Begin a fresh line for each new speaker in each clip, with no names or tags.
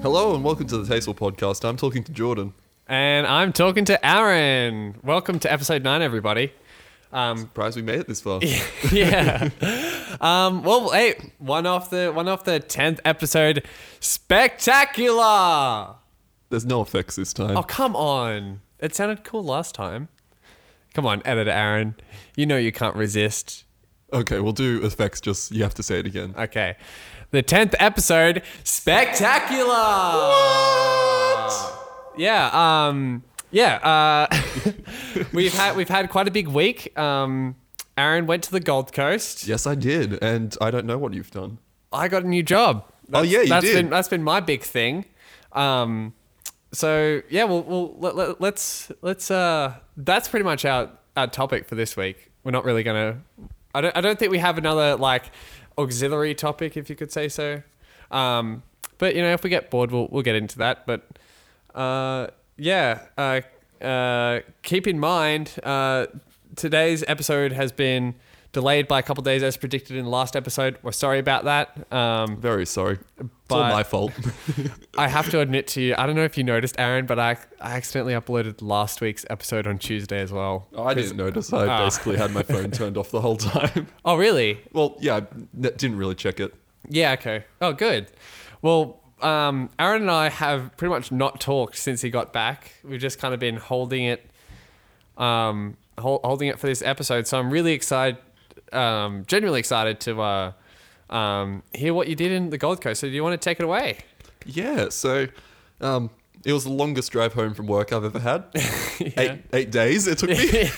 Hello and welcome to the Tasteful Podcast. I'm talking to Jordan.
And I'm talking to Aaron. Welcome to episode nine, everybody. Um,
Surprised we made it this far.
yeah. um, well, hey, one off the one off the tenth episode, spectacular.
There's no effects this time.
Oh come on! It sounded cool last time. Come on, editor Aaron. You know you can't resist.
Okay, we'll do effects, just you have to say it again.
Okay. The 10th episode, spectacular. Yeah, um yeah, uh we've had we've had quite a big week. Um Aaron went to the Gold Coast.
Yes, I did, and I don't know what you've done.
I got a new job.
Oh, yeah, you
that's
did.
Been, that's been my big thing. Um, so yeah, well, well let, let, let's let's uh, that's pretty much our our topic for this week. We're not really gonna. I don't. I don't think we have another like auxiliary topic, if you could say so. Um, but you know, if we get bored, we'll we'll get into that. But uh, yeah, uh, uh, keep in mind uh, today's episode has been delayed by a couple days as predicted in the last episode. We're sorry about that. Um,
Very sorry. It's all
But-
my fault.
I have to admit to you, I don't know if you noticed, Aaron, but I, I accidentally uploaded last week's episode on Tuesday as well.
I didn't notice. I
Ah.
basically had my phone turned off the whole time.
Oh, really?
Well, yeah, I n- didn't really check it.
Yeah, okay. Oh, good. Well, um, Aaron and I have pretty much not talked since he got back. We've just kind of been holding it, um, hol- holding it for this episode. So I'm really excited, um, genuinely excited to uh, um, hear what you did in the Gold Coast. So do you want to take it away?
Yeah, so um, it was the longest drive home from work I've ever had. eight, eight days it took me.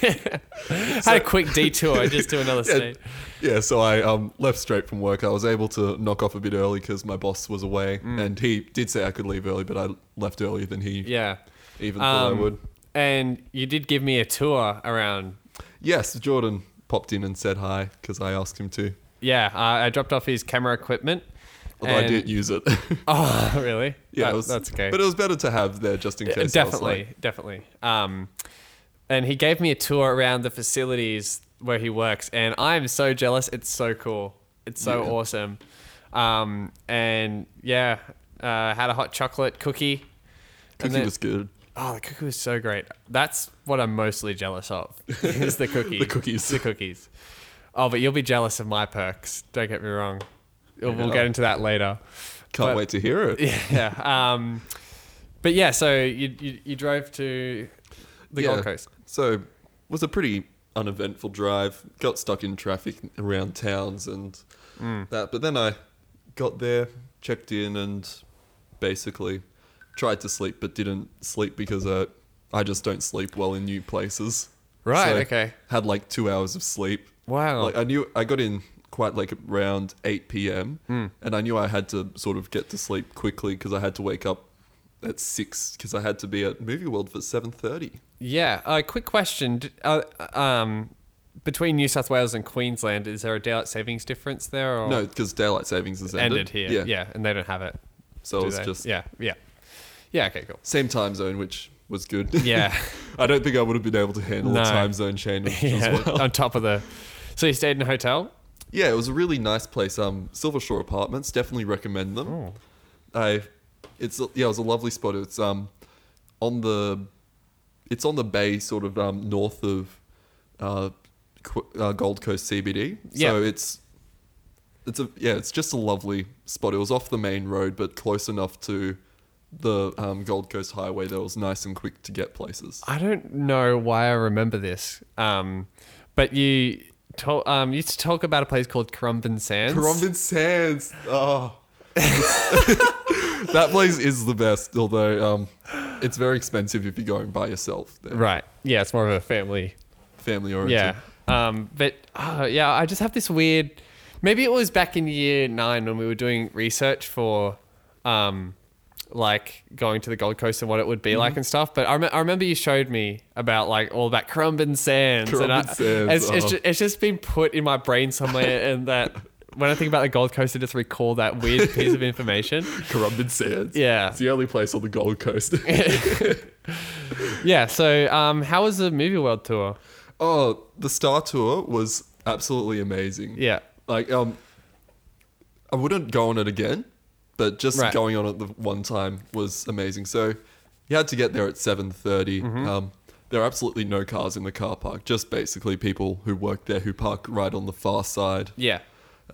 Had a quick detour just to another
Yeah,
state.
yeah, so I um, left straight from work. I was able to knock off a bit early because my boss was away, and he did say I could leave early, but I left earlier than he
Mm. Yeah. Um,
even thought I would.
And you did give me a tour around.
Yes, Jordan popped in and said hi because I asked him to,
Yeah, uh, I dropped off his camera equipment.
although I
and-
didn't use it.
Oh, really?
yeah,
That-
it was,
that's okay.
But it was better to have there just in
Uh,
case. I was
definitely, definitely. Um, and he gave me a tour around the facilities where he works, and I am so jealous. It's so cool. It's so
Yeah.
awesome. Um, and yeah, uh, had a hot chocolate cookie.
like, cookie
then-
was good.
Oh, the cookie was so great. That's what I'm mostly jealous of. Is the cookie.
The cookies.
The cookies. Oh, but you'll be jealous of my perks. Don't get me wrong. We'll we'll
Yeah.
get into that later.
Can't
But-
wait to hear it.
Yeah. Um, but yeah, so you, you you drove to the
Yeah.
Gold Coast.
So it was a pretty uneventful drive. Got stuck in traffic around towns and
Mm.
that. But then I got there, checked in, and basically tried to sleep, but didn't sleep because uh, I just don't sleep well in new places.
Right,
So
okay.
Had like two hours of sleep.
Wow.
Like I knew I got in quite like around 8 p.m.
Mm.
and I knew I had to sort of get to sleep quickly because I had to wake up at 6 because I had to be at Movie World for 7:30.
yeah. Uh, quick question. D- Uh, um, between New South Wales and Queensland, is there a daylight savings difference there? Or
No, because daylight savings is ended,
Oh. ended here. Yeah. and they don't have it.
So
do
it's
they?
just
yeah, yeah, yeah. Okay, cool.
same time zone, which was good.
Yeah.
I don't think I would have been able to handle
No.
the time zone change
Yeah,
as well.
on top of the. So you stayed in a hotel.
Yeah, it was a really nice place. Um, Silver Shore Apartments, definitely recommend them. I, it's yeah, it was a lovely spot. It's um, on the, it's on the bay, sort of um, north of, uh, Qu- uh Gold Coast CBD.
Yeah.
So it's, it's a yeah, it's just a lovely spot. It was off the main road, but close enough to, the um, Gold Coast Highway that was nice and quick to get places.
I don't know why I remember this, um, but you told um, you used to talk about a place called Currumbin Sands.
Carrumbin Sands. Oh. that place is the best, although um, it's very expensive if you're going by yourself. They're
Right. Yeah, it's more of a family
Family oriented.
Yeah. Um, but uh, yeah, I just have this weird. Maybe it was back in year nine when we were doing research for, um, like going to the Gold Coast and what it would be
Mm-hmm.
like and stuff. But I, rem- I remember you showed me about like all about Currumbin Sands. and I,
Currumbin Sands,
It's, it's,
oh.
ju- it's just been put in my brain somewhere, and that when I think about the Gold Coast, I just recall that weird piece of information.
Currumbin Sands.
Yeah.
It's the only place on the Gold Coast.
Yeah. So, um, how was the movie world tour?
oh, the Star Tour was absolutely amazing.
Yeah.
Like, um, I wouldn't go on it again, but just
Right.
going on at the one time was amazing. So you had to get there at seven Um, there are absolutely no cars in the car park. Just basically people who work there who park right on the far side.
Yeah.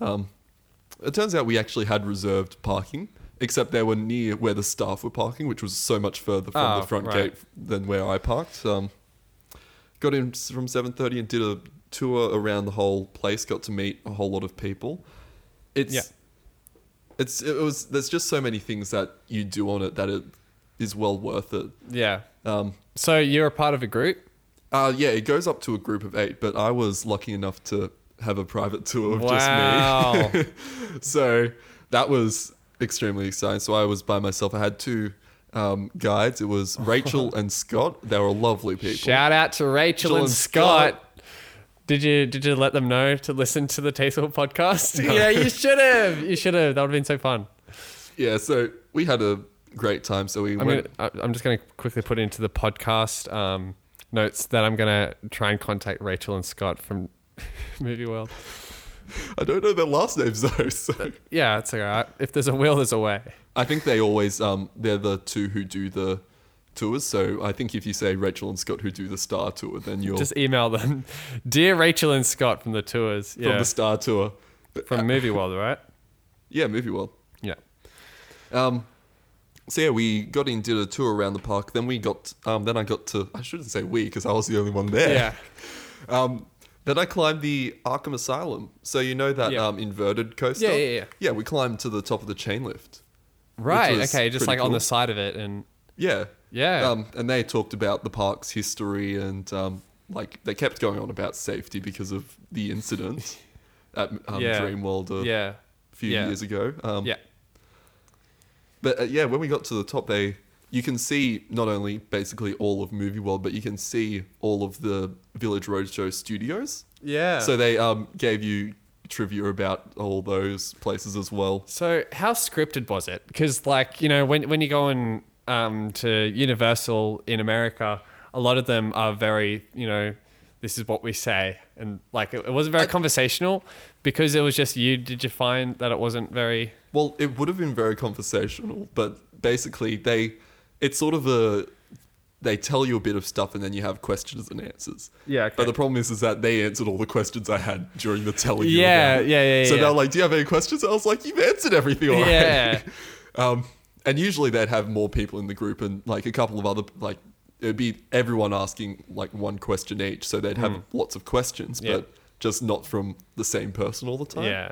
It turns out we actually had reserved parking, except they were near where the staff were parking, which was so much further from
Oh,
the front gate
right.
than where I parked. Um, got in s- from 7.30 and did a tour around the whole place, got to meet a whole lot of people. It's...
Yeah.
It's it was there's just so many things that you do on it that it is well worth it.
Yeah.
Um,
So you're a part of a group?
uh, yeah, it goes up to a group of eight, but I was lucky enough to have a private tour of just me.
wow.
so that was extremely exciting. So I was by myself. I had two um, guides. It was Rachel and Scott. They were lovely people.
Shout out to Rachel
Jill
and
and
Scott. Did you did you let them know to listen to the Teasel podcast? yeah, you should have. You should have. That would have been so fun.
yeah, so we had a great time. So we
I'm
went.
gonna, I- I'm just going to quickly put into the podcast um, notes that I'm going to try and contact Rachel and Scott from Movie World.
I don't know their last names though. So
Yeah, it's all right. If there's a will, there's a way.
I think they always um they're the two who do the tours. So I think if you say Rachel and Scott who do the Star Tour, then you're
Just email them, dear Rachel and Scott from the tours.
from
Yeah,
the Star Tour. But,
from Movie World, right?
yeah, movie world.
Yeah.
Um, so yeah, we got in, did a tour around the park. Then we got, um, then I got to. I shouldn't say we because I was the only one there.
Yeah.
Um, then I climbed the Arkham Asylum. So you know that
Yeah.
um, inverted coaster.
Yeah, yeah, yeah.
Yeah, we climbed to the top of the chain lift.
Right.
was
Okay. Just
pretty
like on
cool.
the side of it, and
Yeah.
Yeah.
Um, and they talked about the park's history and um, like they kept going on about safety because of the incident at um,
Yeah.
Dreamworld a
yeah,
few
Yeah.
years ago. Um,
yeah.
But uh, yeah, when we got to the top, they you can see not only basically all of Movie World, but you can see all of the Village Roadshow studios.
Yeah.
So they um, gave you trivia about all those places as well.
so how scripted was it? Because like you know when when you go in um, to Universal in America, a lot of them are very you know this is what we say and like it, it wasn't very conversational because it was just you. Did you find that it wasn't very?
Well, it would have been very conversational, but basically they it's sort of a they tell you a bit of stuff and then you have questions and answers.
Yeah, okay.
But the problem is is that they answered all the questions I had during the telling you.
Yeah,
about it.
yeah, yeah,
So
yeah.
they're like, Do you have any questions? I was like, You've answered everything already.
Yeah.
um and usually they'd have more people in the group and like a couple of other like it'd be everyone asking like one question each, so they'd have lots of questions,
Hmm. Yeah.
but just not from the same person all the time.
Yeah.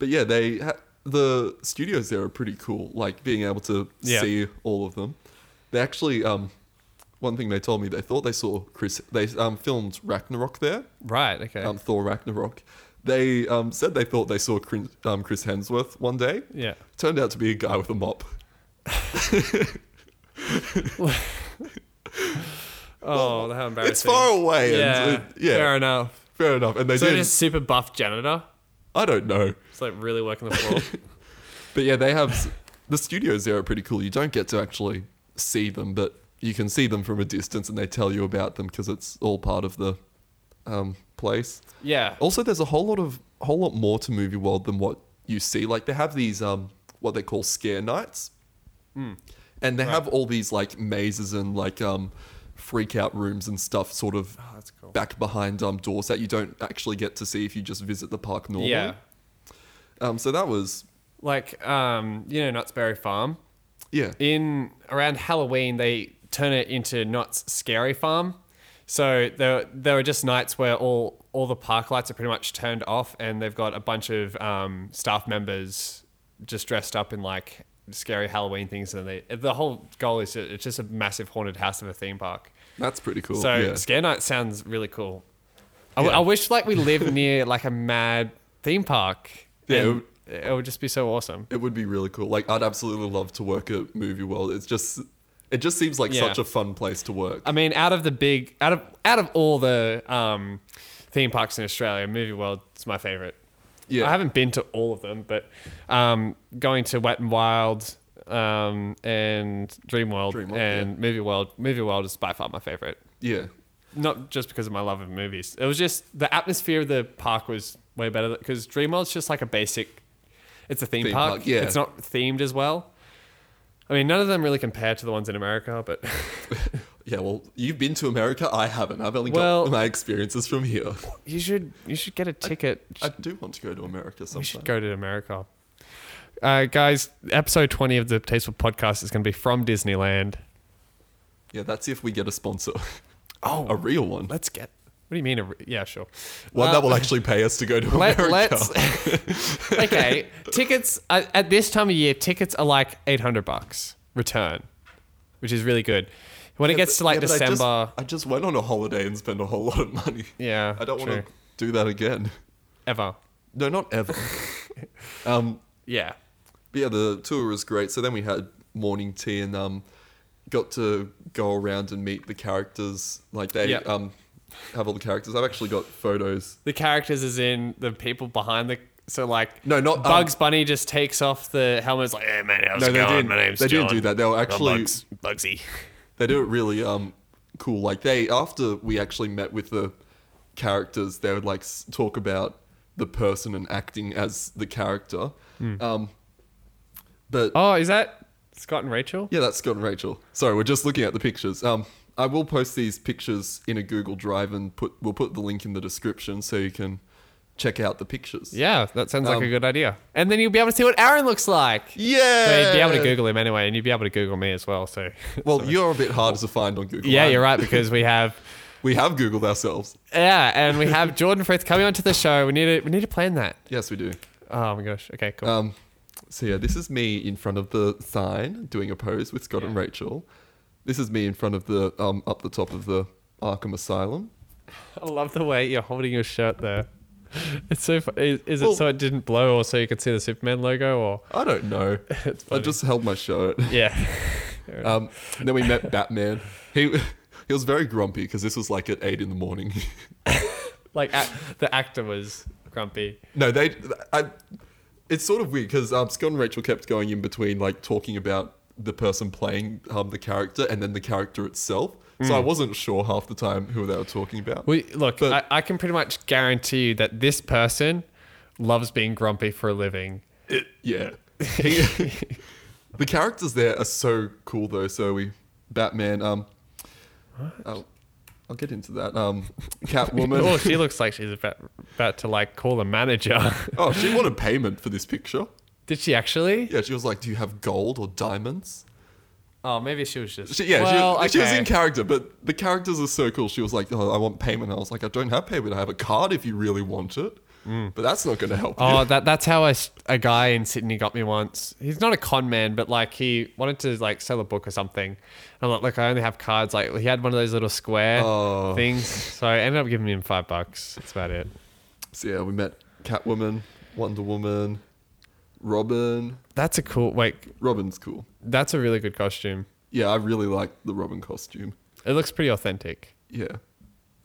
But yeah, they ha- the studios there are pretty cool. Like being able to
Yeah.
see all of them. They actually um, one thing they told me they thought they saw Chris. They um, filmed Ragnarok there.
Right. Okay.
Um, Thor Ragnarok. They um, said they thought they saw Chris, um, Chris Hemsworth one day.
yeah.
Turned out to be a guy with a mop.
Oh, how embarrassing!
It's far away.
Yeah.
And, it- yeah.
Fair
Fair,
enough.
enough. And they
So
did.
just super buff janitor.
I don't know.
It's like really working the floor.
But yeah, they have s- the studios there are pretty cool. You don't get to actually see them, but you can see them from a distance, and they tell you about them because it's all part of the um, place.
yeah.
Also, there's a whole lot of whole lot more to Movie World than what you see. Like they have these um, what they call scare nights,
Hmm.
and they have all these like mazes and like um, freak out rooms and stuff, sort of
Ah, that's cool.
back behind um, doors that you don't actually get to see if you just visit the park normally.
Yeah.
Um, so that was
Like um, you know, Knott's Berry Farm.
yeah.
in around Halloween they turn it into Knott's Scary Farm. So there there are just nights where all all the park lights are pretty much turned off, and they've got a bunch of um, staff members just dressed up in like scary Halloween things, and they the whole goal is to, it's just a massive haunted house of a theme park.
That's pretty cool.
So
yeah.
scare night sounds really cool. I, w-
Yeah.
I wish like we lived near like a mad theme park.
Yeah, it
and it would just be so awesome.
It would be really cool. Like I'd absolutely love to work at Movie World. It's just it just seems like
Yeah. Um,
such a fun place to work.
I mean, out of the big, out of out of all the um, theme parks in Australia, Movie World's my favorite.
Yeah.
I haven't been to all of them, but um, going to Wet and Wild um, and Dream World
Dream World,
and Movie World, Movie World is by far my favorite.
yeah.
Not just because of my love of movies. It was just the atmosphere of the park was way better because Dream World's just like a basic. It's a theme,
Theme
park.
park, yeah.
It's not themed as well. I mean, none of them really compare to the ones in America, but
Yeah, well, you've been to America. I haven't. I've only
Well-
got my experiences from here.
you should you should get a ticket.
I do want to go to America
we
sometime.
should go to America. Uh, guys, episode 20 of the Tasteful Podcast is going to be from Disneyland.
Yeah, that's if we get a sponsor,
Oh,
a real one,
let's get. What do you mean? A, re- yeah, sure.
one
Uh,
that will actually pay us to go to
Let,
America.
let's. okay, tickets at, at this time of year, tickets are like eight hundred bucks return, which is really good. When it gets to like
Yeah, but I just-
December,
I just, went on a holiday and spent a whole lot of money.
yeah,
I don't
true.
want to do that again.
ever.
No, not ever. um,
Yeah,
but yeah, the tour was great. So then we had morning tea and um, got to go around and meet the characters. Like they
Yeah.
um, have all the characters. I've actually got photos.
the characters is in the people behind the. So like,
No, not um,
Bugs Bunny just takes off the helmet. Is like, hey man, how's
No,
it
they
going?
didn't.
My name's
They
John.
didn't do that. They were
I'm
actually-
Bugs, Bugsy.
they do it really um cool. Like they after we actually met with the characters, they would like s- talk about the person and acting as the character. Um, but
Hmm. Oh, is that Scott and Rachel?
yeah, that's Scott and Rachel. Sorry, we're just looking at the pictures. Um, I will post these pictures in a Google Drive and put we'll put the link in the description so you can check out the pictures.
Yeah, that sounds
Um,
like a good idea. And then you'll be able to see what Aaron looks like. So
Yeah.
you'd be able to Google him anyway, and you'd be able to Google me as well. So,
Well, you're a bit harder to find on Google.
yeah,
I'm-
you're right because we have,
We have Googled ourselves.
yeah, and we have Jordan Frith coming onto the show. We need to we need to plan that.
Yes, we do.
Oh my gosh. Okay, cool.
Um, so yeah, this is me in front of the sign doing a pose with Scott and
Yeah.
Rachel. This is me in front of the um up the top of the Arkham Asylum.
I love the way you're holding your shirt there. It's so. fu- Is, is
Well-
it so it didn't blow, or so you could see the Superman logo, or
I don't know. I
funny.
just held my shirt.
yeah,
Um, and then we met Batman. He he was very grumpy because this was like at eight in the morning.
like a, the actor was grumpy.
no, they. I, it's sort of weird because um, Scott and Rachel kept going in between like talking about the person playing um, the character and then the character itself.
Hmm.
So I wasn't sure half the time who they were talking about.
We look.
But-
I, I can pretty much guarantee you that this person loves being grumpy for a living.
Yeah. He- the characters there are so cool though. So we Batman um I'll, I'll get into that. Um Catwoman.
Oh, she looks like she's about, about to like call the manager.
oh, she wanted payment for this picture.
Did she actually?
Yeah, she was like, "Do you have gold or diamonds?"
Oh, maybe she was just.
She, yeah,
well,
she, was- she was
okay.
in character, but the characters are so cool. She was like, "Oh, I want payment." I was like, "I don't have payment. I have a card if you really want it." But that's not going to help
Mm. Oh,
you.
that, that's how a, s- a guy in Sydney got me once. He's not a con man, but like he wanted to like sell a book or something. And I'm like, look, I only have cards. Like he had one of those little square
Oh.
things. So I ended up giving him five bucks. That's about it.
So yeah, we met Catwoman, Wonder Woman, Robin.
That's a cool. Wait,
Robin's cool.
that's a really good costume.
Yeah, I really like the Robin costume.
It looks pretty authentic.
Yeah.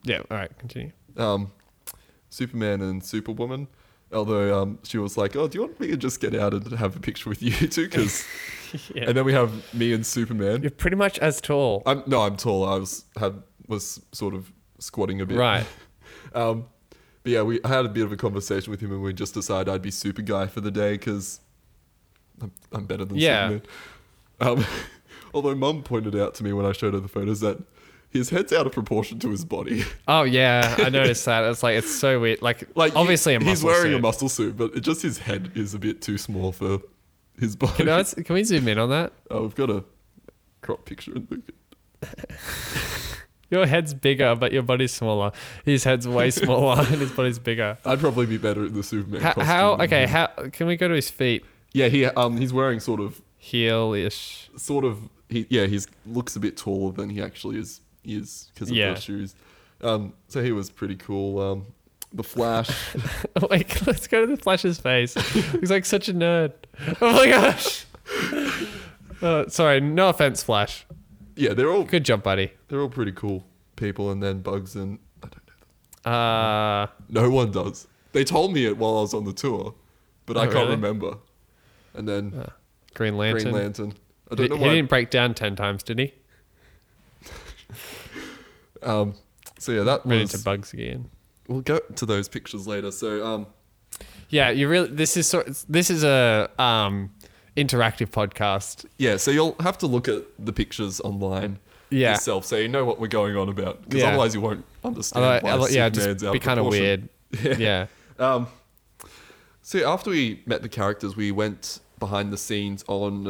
Yeah. All right, continue.
Um, Superman and Superwoman. Although um, she was like, "Oh, do you want me to just get out and have a picture with you two? Because
Yeah.
and then we have me and Superman.
You're pretty much as tall.
I'm no, I'm tall. I was had was sort of squatting a bit.
Right.
Um, but yeah, we I had a bit of a conversation with him, and we just decided I'd be Super Guy for the day because I'm, I'm better than
Yeah.
Superman. Um, although Mum pointed out to me when I showed her the photos that his head's out of proportion to his body.
Oh yeah, I noticed that. It's like it's so weird. Like,
Like
like obviously
he-
a muscle
he's wearing
suit.
a muscle suit, but it just his head is a bit too small for his body.
Can, I, can we zoom in on that?
oh, we've got a crop picture. And look.
Your head's bigger, but your body's smaller. His head's way smaller, and his body's bigger.
I'd probably be better at the Superman
How?
costume.
how
than
okay.
him.
How can we go to his feet?
Yeah, he um he's wearing sort of
Heel ish.
sort of he yeah he looks a bit taller than he actually is he is because of
Yeah.
the shoes. Um, so he was pretty cool. Um, the Flash.
Like, let's go to the Flash's face. He's like such a nerd. Oh my gosh. Uh, sorry, no offense, Flash.
yeah, they're all
Good job, buddy.
they're all pretty cool people. And then Bugs and I don't know.
Uh,
No one does. They told me it while I was on the tour, but I
Oh,
can't
really?
remember. And then
Green Lantern.
Green Lantern. I
He,
don't know
he
why.
didn't break down ten times, did he?
um, so yeah, that
Ran into
was.
bugs again.
We'll go to those pictures later. So um,
Yeah, you really. This is sort. This is a um, interactive podcast.
Yeah, so you'll have to look at the pictures online
Yeah.
yourself, so you know what we're going on about. Because
Yeah.
otherwise, you won't understand.
Although,
why
although- yeah,
Superman's
just
out
be kind of
proportion.
weird. Yeah.
Um, so after we met the characters, we went behind the scenes on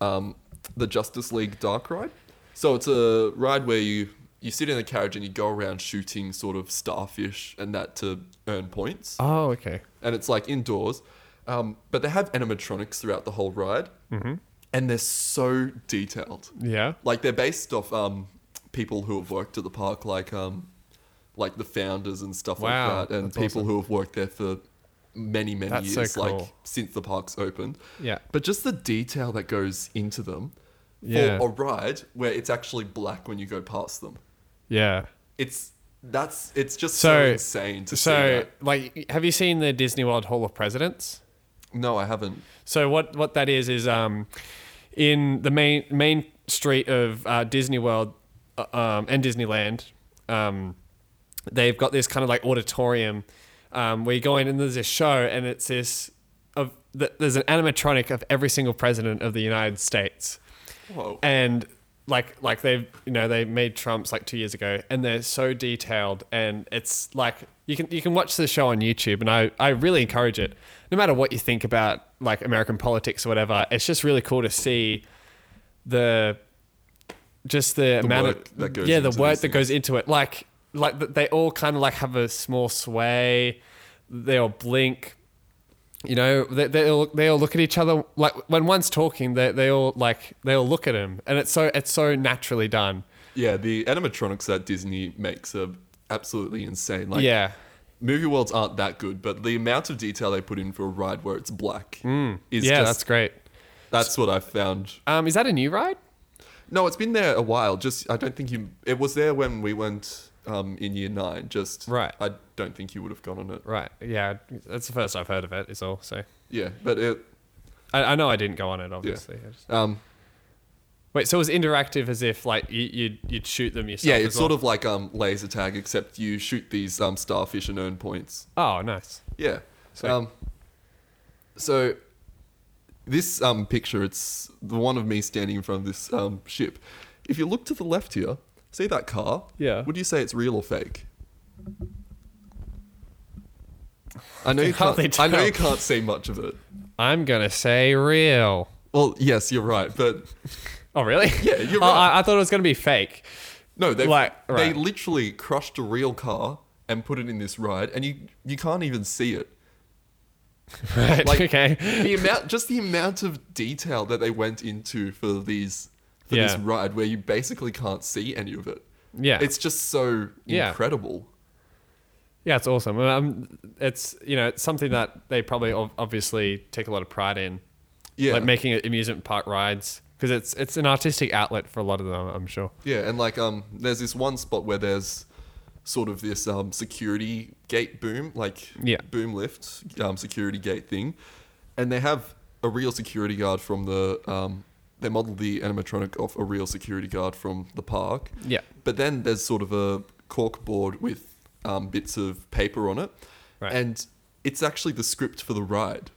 uh, um, the Justice League Dark Ride. So it's a ride where you you sit in a carriage and you go around shooting sort of starfish and that to earn points
Oh, okay.
and it's like indoors. Um, but they have animatronics throughout the whole ride, mm-hmm. and they're so detailed.
Yeah.
Like they're based off um, people who have worked at the park, like um, like the founders and stuff
Wow,
like that, and
that's
people
awesome.
who have worked there for many many
That's so
years, like
cool.
since the park's opened.
Yeah.
But just the detail that goes into them
Yeah.
for a ride where it's actually black when you go past them.
Yeah.
It's that's it's just so,
So-
insane to see.
So,
That.
like, have you seen the Disney World Hall of Presidents?
No, I haven't.
So what what that is is um, in the main main street of uh, Disney World uh, um, and Disneyland, um, they've got this kind of like auditorium um, where you go in and there's this show and it's this of th- there's an animatronic of every single president of the United States
Whoa.
and like like they've you know they made trumps like two years ago and they're so detailed and it's like you can you can watch the show on youtube and i i really encourage it no matter what you think about like american politics or whatever it's just really cool to see the just the, amount
work
of
that goes
yeah the
into
work
these
that goes into it like like th- they all kind of like have a small sway they all blink you know they, they all they all look at each other like when one's talking they, they all like they all look at him and it's so it's so naturally done
Yeah, the animatronics that Disney makes are absolutely insane. Like,
yeah
movie worlds aren't that good, but the amount of detail they put in for a ride where it's black is
Hmm. yeah
just
that's great
that's what I found.
um is that a new ride
No, it's been there a while. Just I don't think you. It was there when we went um, in year nine. Just
Right.
I don't think you would have gone on it.
right yeah that's the first i've heard of it is all so
Yeah, but it.
i, I know i didn't go on it obviously I just-
Um,
wait so it was interactive as if like you, you'd you'd shoot them yourself
yeah, it's sort of like um, laser tag, except you shoot these um, starfish and earn points.
oh nice
Yeah.
So-
um, so this um, picture, it's the one of me standing in front of this um, ship. If you look to the left here, see that car?
Yeah.
Would you say it's real or fake? I know
I
you
can't
can't.
really
I know you
tell.
can't see much of it.
i'm gonna say real
Well, yes, you're right, but
oh really
Yeah, you're
Oh,
right.
I, I thought it was gonna be fake
no, they
Like,
they
right.
literally crushed a real car and put it in this ride, and you you can't even see it.
right
Like-
okay
the amount just the amount of detail that they went into for these for this
Yeah.
ride where you basically can't see any of it
yeah
it's just so
Yeah.
incredible
Yeah, it's awesome. Um, it's you know it's something that they probably ob- obviously take a lot of pride in,
yeah
like making it amusement park rides because it's it's an artistic outlet for a lot of them. I'm sure.
yeah and like um there's this one spot where there's sort of this um security gate boom like
Yeah.
boom lift um security gate thing and they have a real security guard from the um they modeled the animatronic off a real security guard from the park
Yeah.
But then there's sort of a cork board with um, bits of paper on it.
Right.
And it's actually the script for the ride.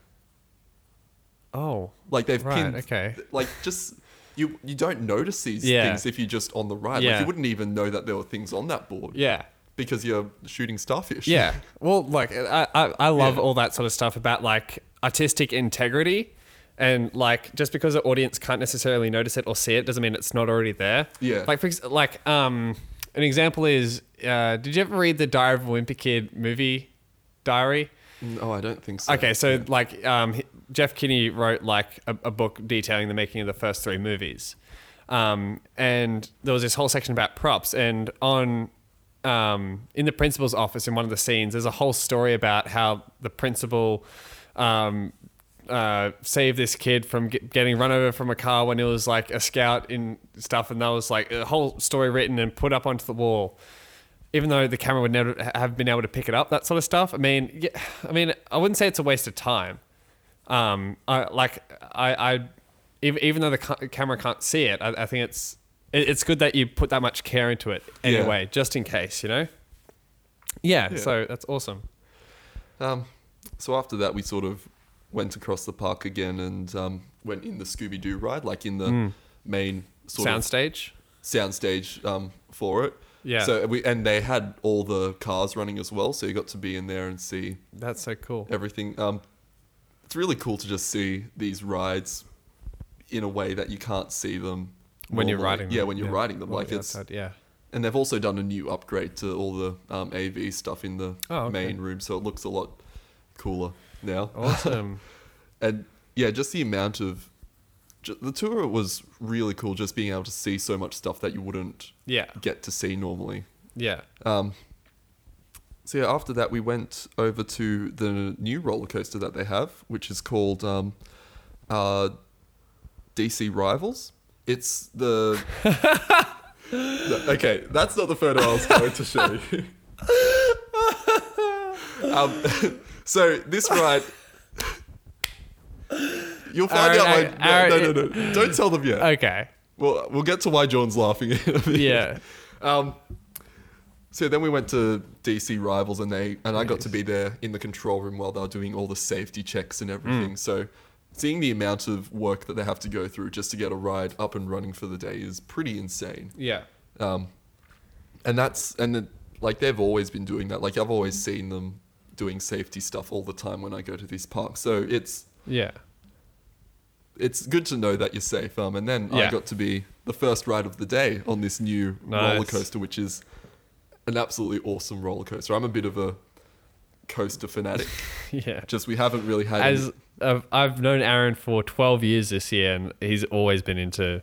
Oh,
Like they've
Right,
pinned.
okay.
Like just. You, you don't notice these
Yeah.
things if you're just on the ride. Like
Yeah.
you wouldn't even know that there were things on that board
yeah,
because you're shooting starfish.
yeah. Well, like I I, I love
Yeah.
all that sort of stuff about like artistic integrity, and like just because the audience can't necessarily notice it or see it doesn't mean it's not already there.
Yeah.
Like for ex- like um an example is uh, did you ever read the Diary of a Wimpy Kid movie diary?
No, I don't think so.
Okay, so like um, he- Jeff Kinney wrote like a, a book detailing the making of the first three movies, um, and there was this whole section about props. And on um, in the principal's office, in one of the scenes, there's a whole story about how the principal um, uh, saved this kid from get, getting run over from a car when he was like a scout in stuff, and that was like a whole story written and put up onto the wall even though the camera would never ha- have been able to pick it up, that sort of stuff. I mean, yeah, I mean, I wouldn't say it's a waste of time. Um, I like I, I even, even though the ca- camera can't see it, I, I think it's it, it's good that you put that much care into it
Yeah.
anyway, just in case, you know. Yeah,
Yeah.
so that's awesome.
Um, so after that, we sort of went across the park again and um, went in the Scooby Doo ride, like in the
Mm.
main sort of
Soundstage.
soundstage um, for it.
Yeah.
So we and they had all the cars running as well, so you got to be in there and see
That's so cool.
everything. Um, it's really cool to just see these rides in a way that you can't see them
When you're
normally.
riding them.
Yeah, when you're riding them,
Well,
like
yeah,
it's
outside, yeah.
and they've also done a new upgrade to all the um, AV stuff in the
Oh, okay.
main room, so it looks a lot cooler now.
Awesome.
and yeah, just the amount of ju- the tour was really cool. Just being able to see so much stuff that you wouldn't
yeah.
get to see normally.
Yeah.
Um, so yeah, after that we went over to the new roller coaster that they have, which is called um, uh, DC Rivals. It's the No, okay. That's not the photo I was going to show you. um, so this ride. You'll find
Aaron,
out why. No,
Aaron,
no, no, no. Don't tell them yet.
Okay.
Well, we'll get to why John's laughing. in a minute.
Yeah.
Um, so then we went to DC Rivals, and they and I got to be there in the control room while they were doing all the safety checks and everything. So seeing the amount of work that they have to go through just to get a ride up and running for the day is pretty insane.
Yeah.
Um, and that's and the, like they've always been doing that. Like I've always seen them doing safety stuff all the time when I go to these parks. So it's
Yeah.
it's good to know that you're safe. Um, and then I
Yeah.
got to be the first ride of the day on this new
Nice.
roller coaster, which is an absolutely awesome roller coaster. I'm a bit of a coaster fanatic.
Yeah.
Just we haven't really had any-
As uh, I've known Aaron for 12 years this year, and he's always been into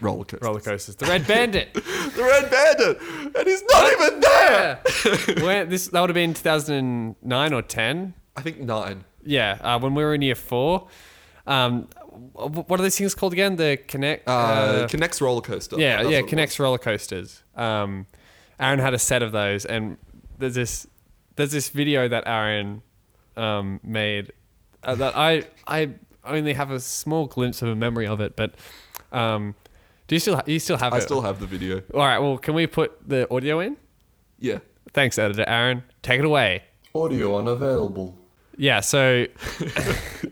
roller coasters.
roller coasters. The Red Bandit.
the Red Bandit, and he's not even there.
yeah. Where, this, that would have been 2009 or 10.
I think nine.
Yeah. Uh, when we were in year four. Um, w- w- what are these things called again? The Connect.
Uh, Connects roller coaster.
Yeah,
That's what
yeah,
it was.
connects roller coasters. Um, Aaron had a set of those, and there's this there's this video that Aaron um, made uh, that I I only have a small glimpse of a memory of it, but um, do you still ha- you still have
I
it?
still have the video.
All right. Well, can we put the audio in?
Yeah.
Thanks, editor Aaron. Take it away.
Audio unavailable.
Yeah, so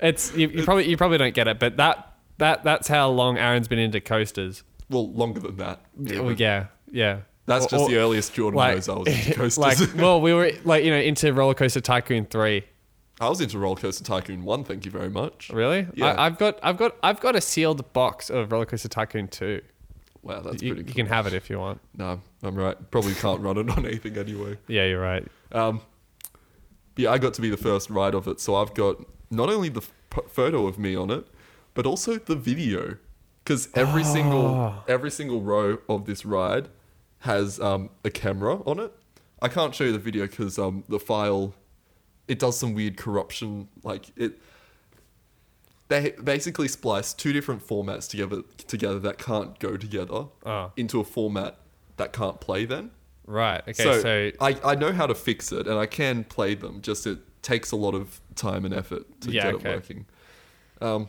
it's you, you probably you probably don't get it, but that that that's how long Aaron's been into coasters.
Well, longer than that. Yeah.
Well, yeah, yeah.
That's
Or-
just
or-
the earliest Jordan knows I was into coasters.
like, well, we were like, you know, into Roller Coaster Tycoon three.
I was into Roller Coaster Tycoon 1, thank you very much.
Really?
Yeah.
I, I've got, I've got, I've got a sealed box of Roller Coaster Tycoon two.
Wow, that's
You,
pretty
you
cool.
can have it if you want.
No, I'm right. Probably can't run it on anything anyway.
Yeah, you're right.
Um, yeah, I got to be the first ride of it, so I've got not only the f- photo of me on it, but also the video, because every
Ah.
single every single row of this ride has um, a camera on it. I can't show you the video because um, the file it does some weird corruption. Like it, they basically splice two different formats together together that can't go together
Oh.
into a format that can't play. Then
Right. Okay. So,
so I, I know how to fix it and I can play them, just it takes a lot of time and effort to
Yeah,
get
okay.
it working. Um,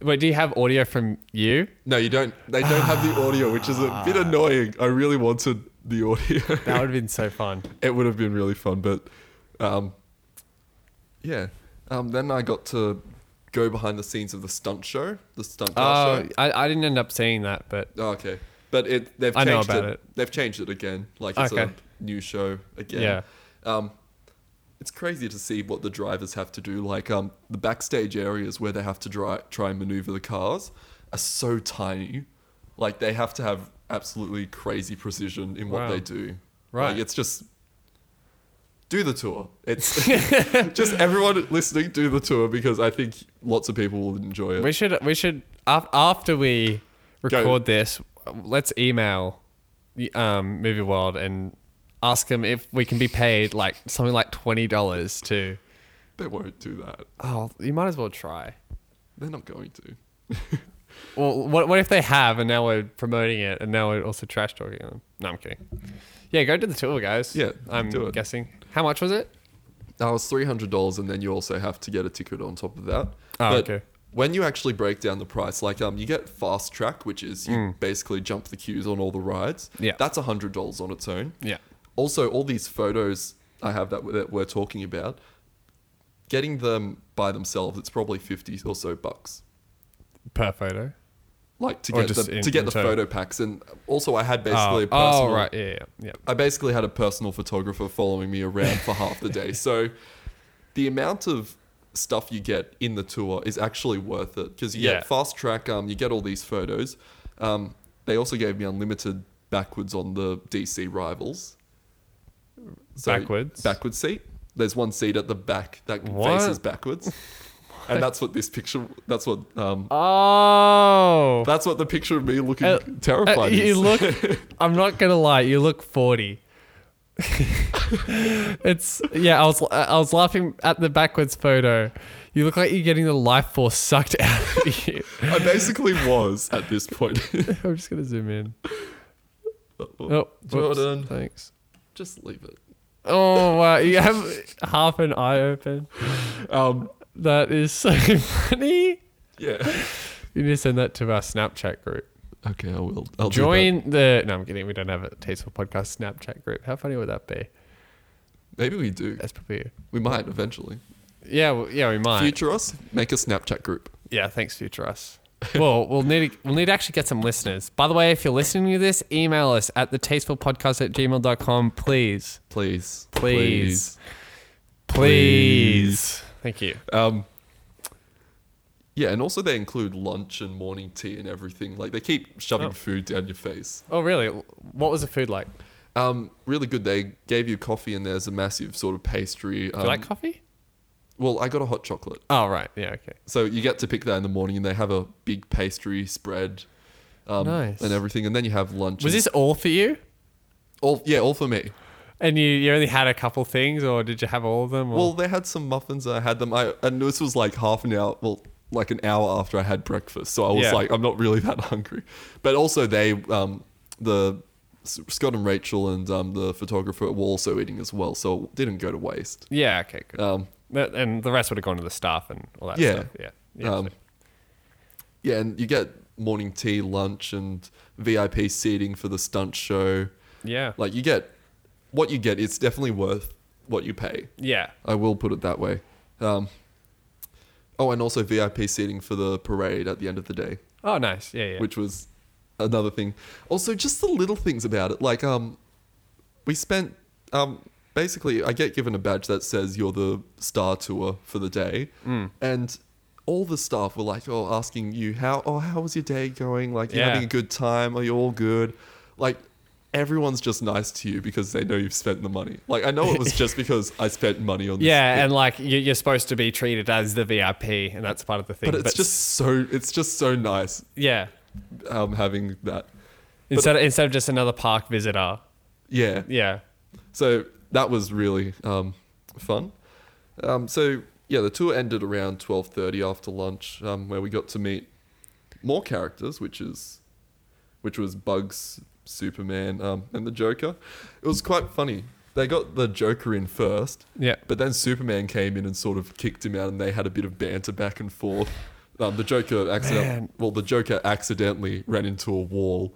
wait, do you have audio from you?
no, you don't. They don't have the audio, which is a bit annoying. I really wanted the audio.
That would have been so fun.
it would have been really fun, but um, yeah. Um, then I got to go behind the scenes of the stunt show, the stunt car
Oh,
show.
I, I didn't end up seeing that, but
Oh, okay, but it they've
I
changed
know about
it. They've changed it again. Like it's
Okay.
a new show again.
Yeah.
Um, it's crazy to see what the drivers have to do. Like um, the backstage areas where they have to dry, try and maneuver the cars are so tiny. Like they have to have absolutely crazy precision in what
Wow.
they do.
Right.
Like, it's just do the tour. It's just everyone listening do the tour because I think lots of people will enjoy it.
we should we should af- after we
Go.
record this, let's email the, um, Movie World and ask them if we can be paid like something like twenty dollars to.
They won't do that.
Oh, you might as well try.
They're not going to.
Well, what what if they have and now we're promoting it and now we're also trash talking them? No, I'm kidding. Yeah, go do the tour, guys.
Yeah,
I'm
do it.
guessing. How much was it?
That was three hundred dollars, and then you also have to get a ticket on top of that.
Oh, okay.
When you actually break down the price, like um, you get fast track, which is you basically jump the queues on all the rides.
Mm. Yeah.
that's hundred dollars on its own.
Yeah.
Also, all these photos I have that that we're talking about, getting them by themselves, it's probably fifty or so bucks.
per photo.
Like to
Or
get
just
the
in-
to get
in
the
total.
photo packs, and also I had basically a
Oh,
personal.
oh, right, yeah, yeah, yeah.
I basically had a personal photographer following me around for half the day. So the amount of stuff you get in the tour is actually worth it because you
Yeah.
get fast track, um, you get all these photos. Um, they also gave me unlimited backwards on the DC rivals. So
Backwards?
Backwards seat. There's one seat at the back that
What?
faces backwards. and that's what this picture that's what um
Oh,
that's what the picture of me looking
Uh,
terrified
Uh,
is.
you look. I'm not gonna lie. You look forty. it's yeah. I was I was laughing at the backwards photo. You look like you're getting the life force sucked out of you.
I basically was at this point.
I'm just gonna zoom in. Oh, whoops.
Jordan.
Thanks.
Just leave it.
Oh wow, you have half an eye open.
Um,
That is so funny.
yeah.
You need to send that to our Snapchat group.
Okay, I will. I'll do that.
Join the. No, I'm kidding. We don't have a Tasteful Podcast Snapchat group. How funny would that be?
Maybe we do.
That's probably.
We might eventually.
Yeah, well, yeah, we might.
Future us, make a Snapchat group.
Yeah, thanks, Future Us. well, we'll need we'll need to actually get some listeners. By the way, if you're listening to this, email us at the tastefulpodcast at gmail.com, please.
Please.
Please.
Please.
Thank you.
Um, yeah, and also they include lunch and morning tea and everything. Like they keep shoving
Oh.
food down your face.
Oh really? What was the food like? Do
Um, really good. They gave you coffee and there's a massive sort of pastry. Um,
you like coffee?
well, I got a hot chocolate.
Oh right, yeah, okay.
So you get to pick that in the morning and they have a big pastry spread. Um,
Nice.
And everything. And then you have lunch.
Was
and-
this all for you?
all? Yeah, all for me.
And you, you only had a couple things or did you have all of them? Or?
Well, they had some muffins. and I had them. I and this was like half an hour. Well, like an hour after I had breakfast, so I was
Yeah.
like, I'm not really that hungry. But also, they, um, the S- Scott and Rachel and um, the photographer were also eating as well, so it didn't go to waste.
Yeah, okay, good.
Um,
That- and the rest would have gone to the staff and all that
Yeah.
stuff. Yeah. Yeah.
um,
so-
yeah, and you get morning tea, lunch, and VIP seating for the stunt show.
yeah.
Like you get what you get. It's definitely worth what you pay.
yeah.
I will put it that way. Um, oh, and also VIP seating for the parade at the end of the day,
Oh nice. Yeah, yeah.
which was another thing. Also, just the little things about it, like um, we spent um, basically I get given a badge that says you're the star tour for the day,
Mm.
and all the staff were like, oh, asking you how, oh, how was your day going? Like, you
Yeah.
having a good time? Are you all good? Like. Everyone's just nice to you because they know you've spent the money. Like I know it was just because I spent money on this
Yeah,
thing.
and like you- you're supposed to be treated as the VIP, and that's part of the thing.
but it's just so it's just so nice
yeah.
um, having that.
Instead, instead of just another park visitor,
Yeah.
yeah,
So that was really um, fun. Um, so yeah, the tour ended around twelve thirty after lunch, um, where we got to meet more characters, which is which was Bugs, Superman, um, and the Joker. It was quite funny. They got the Joker in first,
yeah,
But then Superman came in and sort of kicked him out, and they had a bit of banter back and forth. Um, the Joker accident,
Man.
well, the Joker accidentally ran into a wall,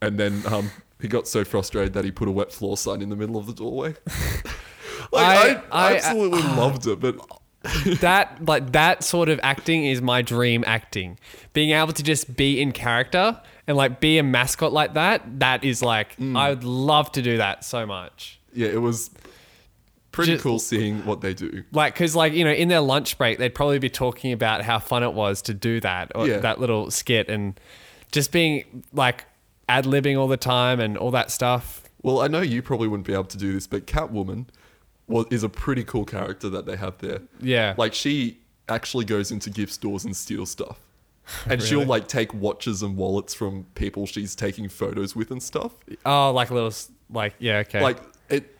and then um, he got so frustrated that he put a wet floor sign in the middle of the doorway. like I,
I-
I,
I- uh,
absolutely loved it, but
that like that sort of acting is my dream acting. Being able to just be in character and like be a mascot like that, that is like
Mm.
I would love to do that so much.
yeah, it was pretty
Just-
cool seeing what they do.
Like, cause like you know, in their lunch break, they'd probably be talking about how fun it was to do that or
Yeah.
that little skit and just being like ad libbing all the time and all that stuff.
Well, I know you probably wouldn't be able to do this, but Catwoman was, is a pretty cool character that they have there.
Yeah.
Like she actually goes into gift stores and steals stuff. And she'll
Really?
like take watches and wallets from people she's taking photos with and stuff.
Oh, like a little, s- like yeah, okay.
Like it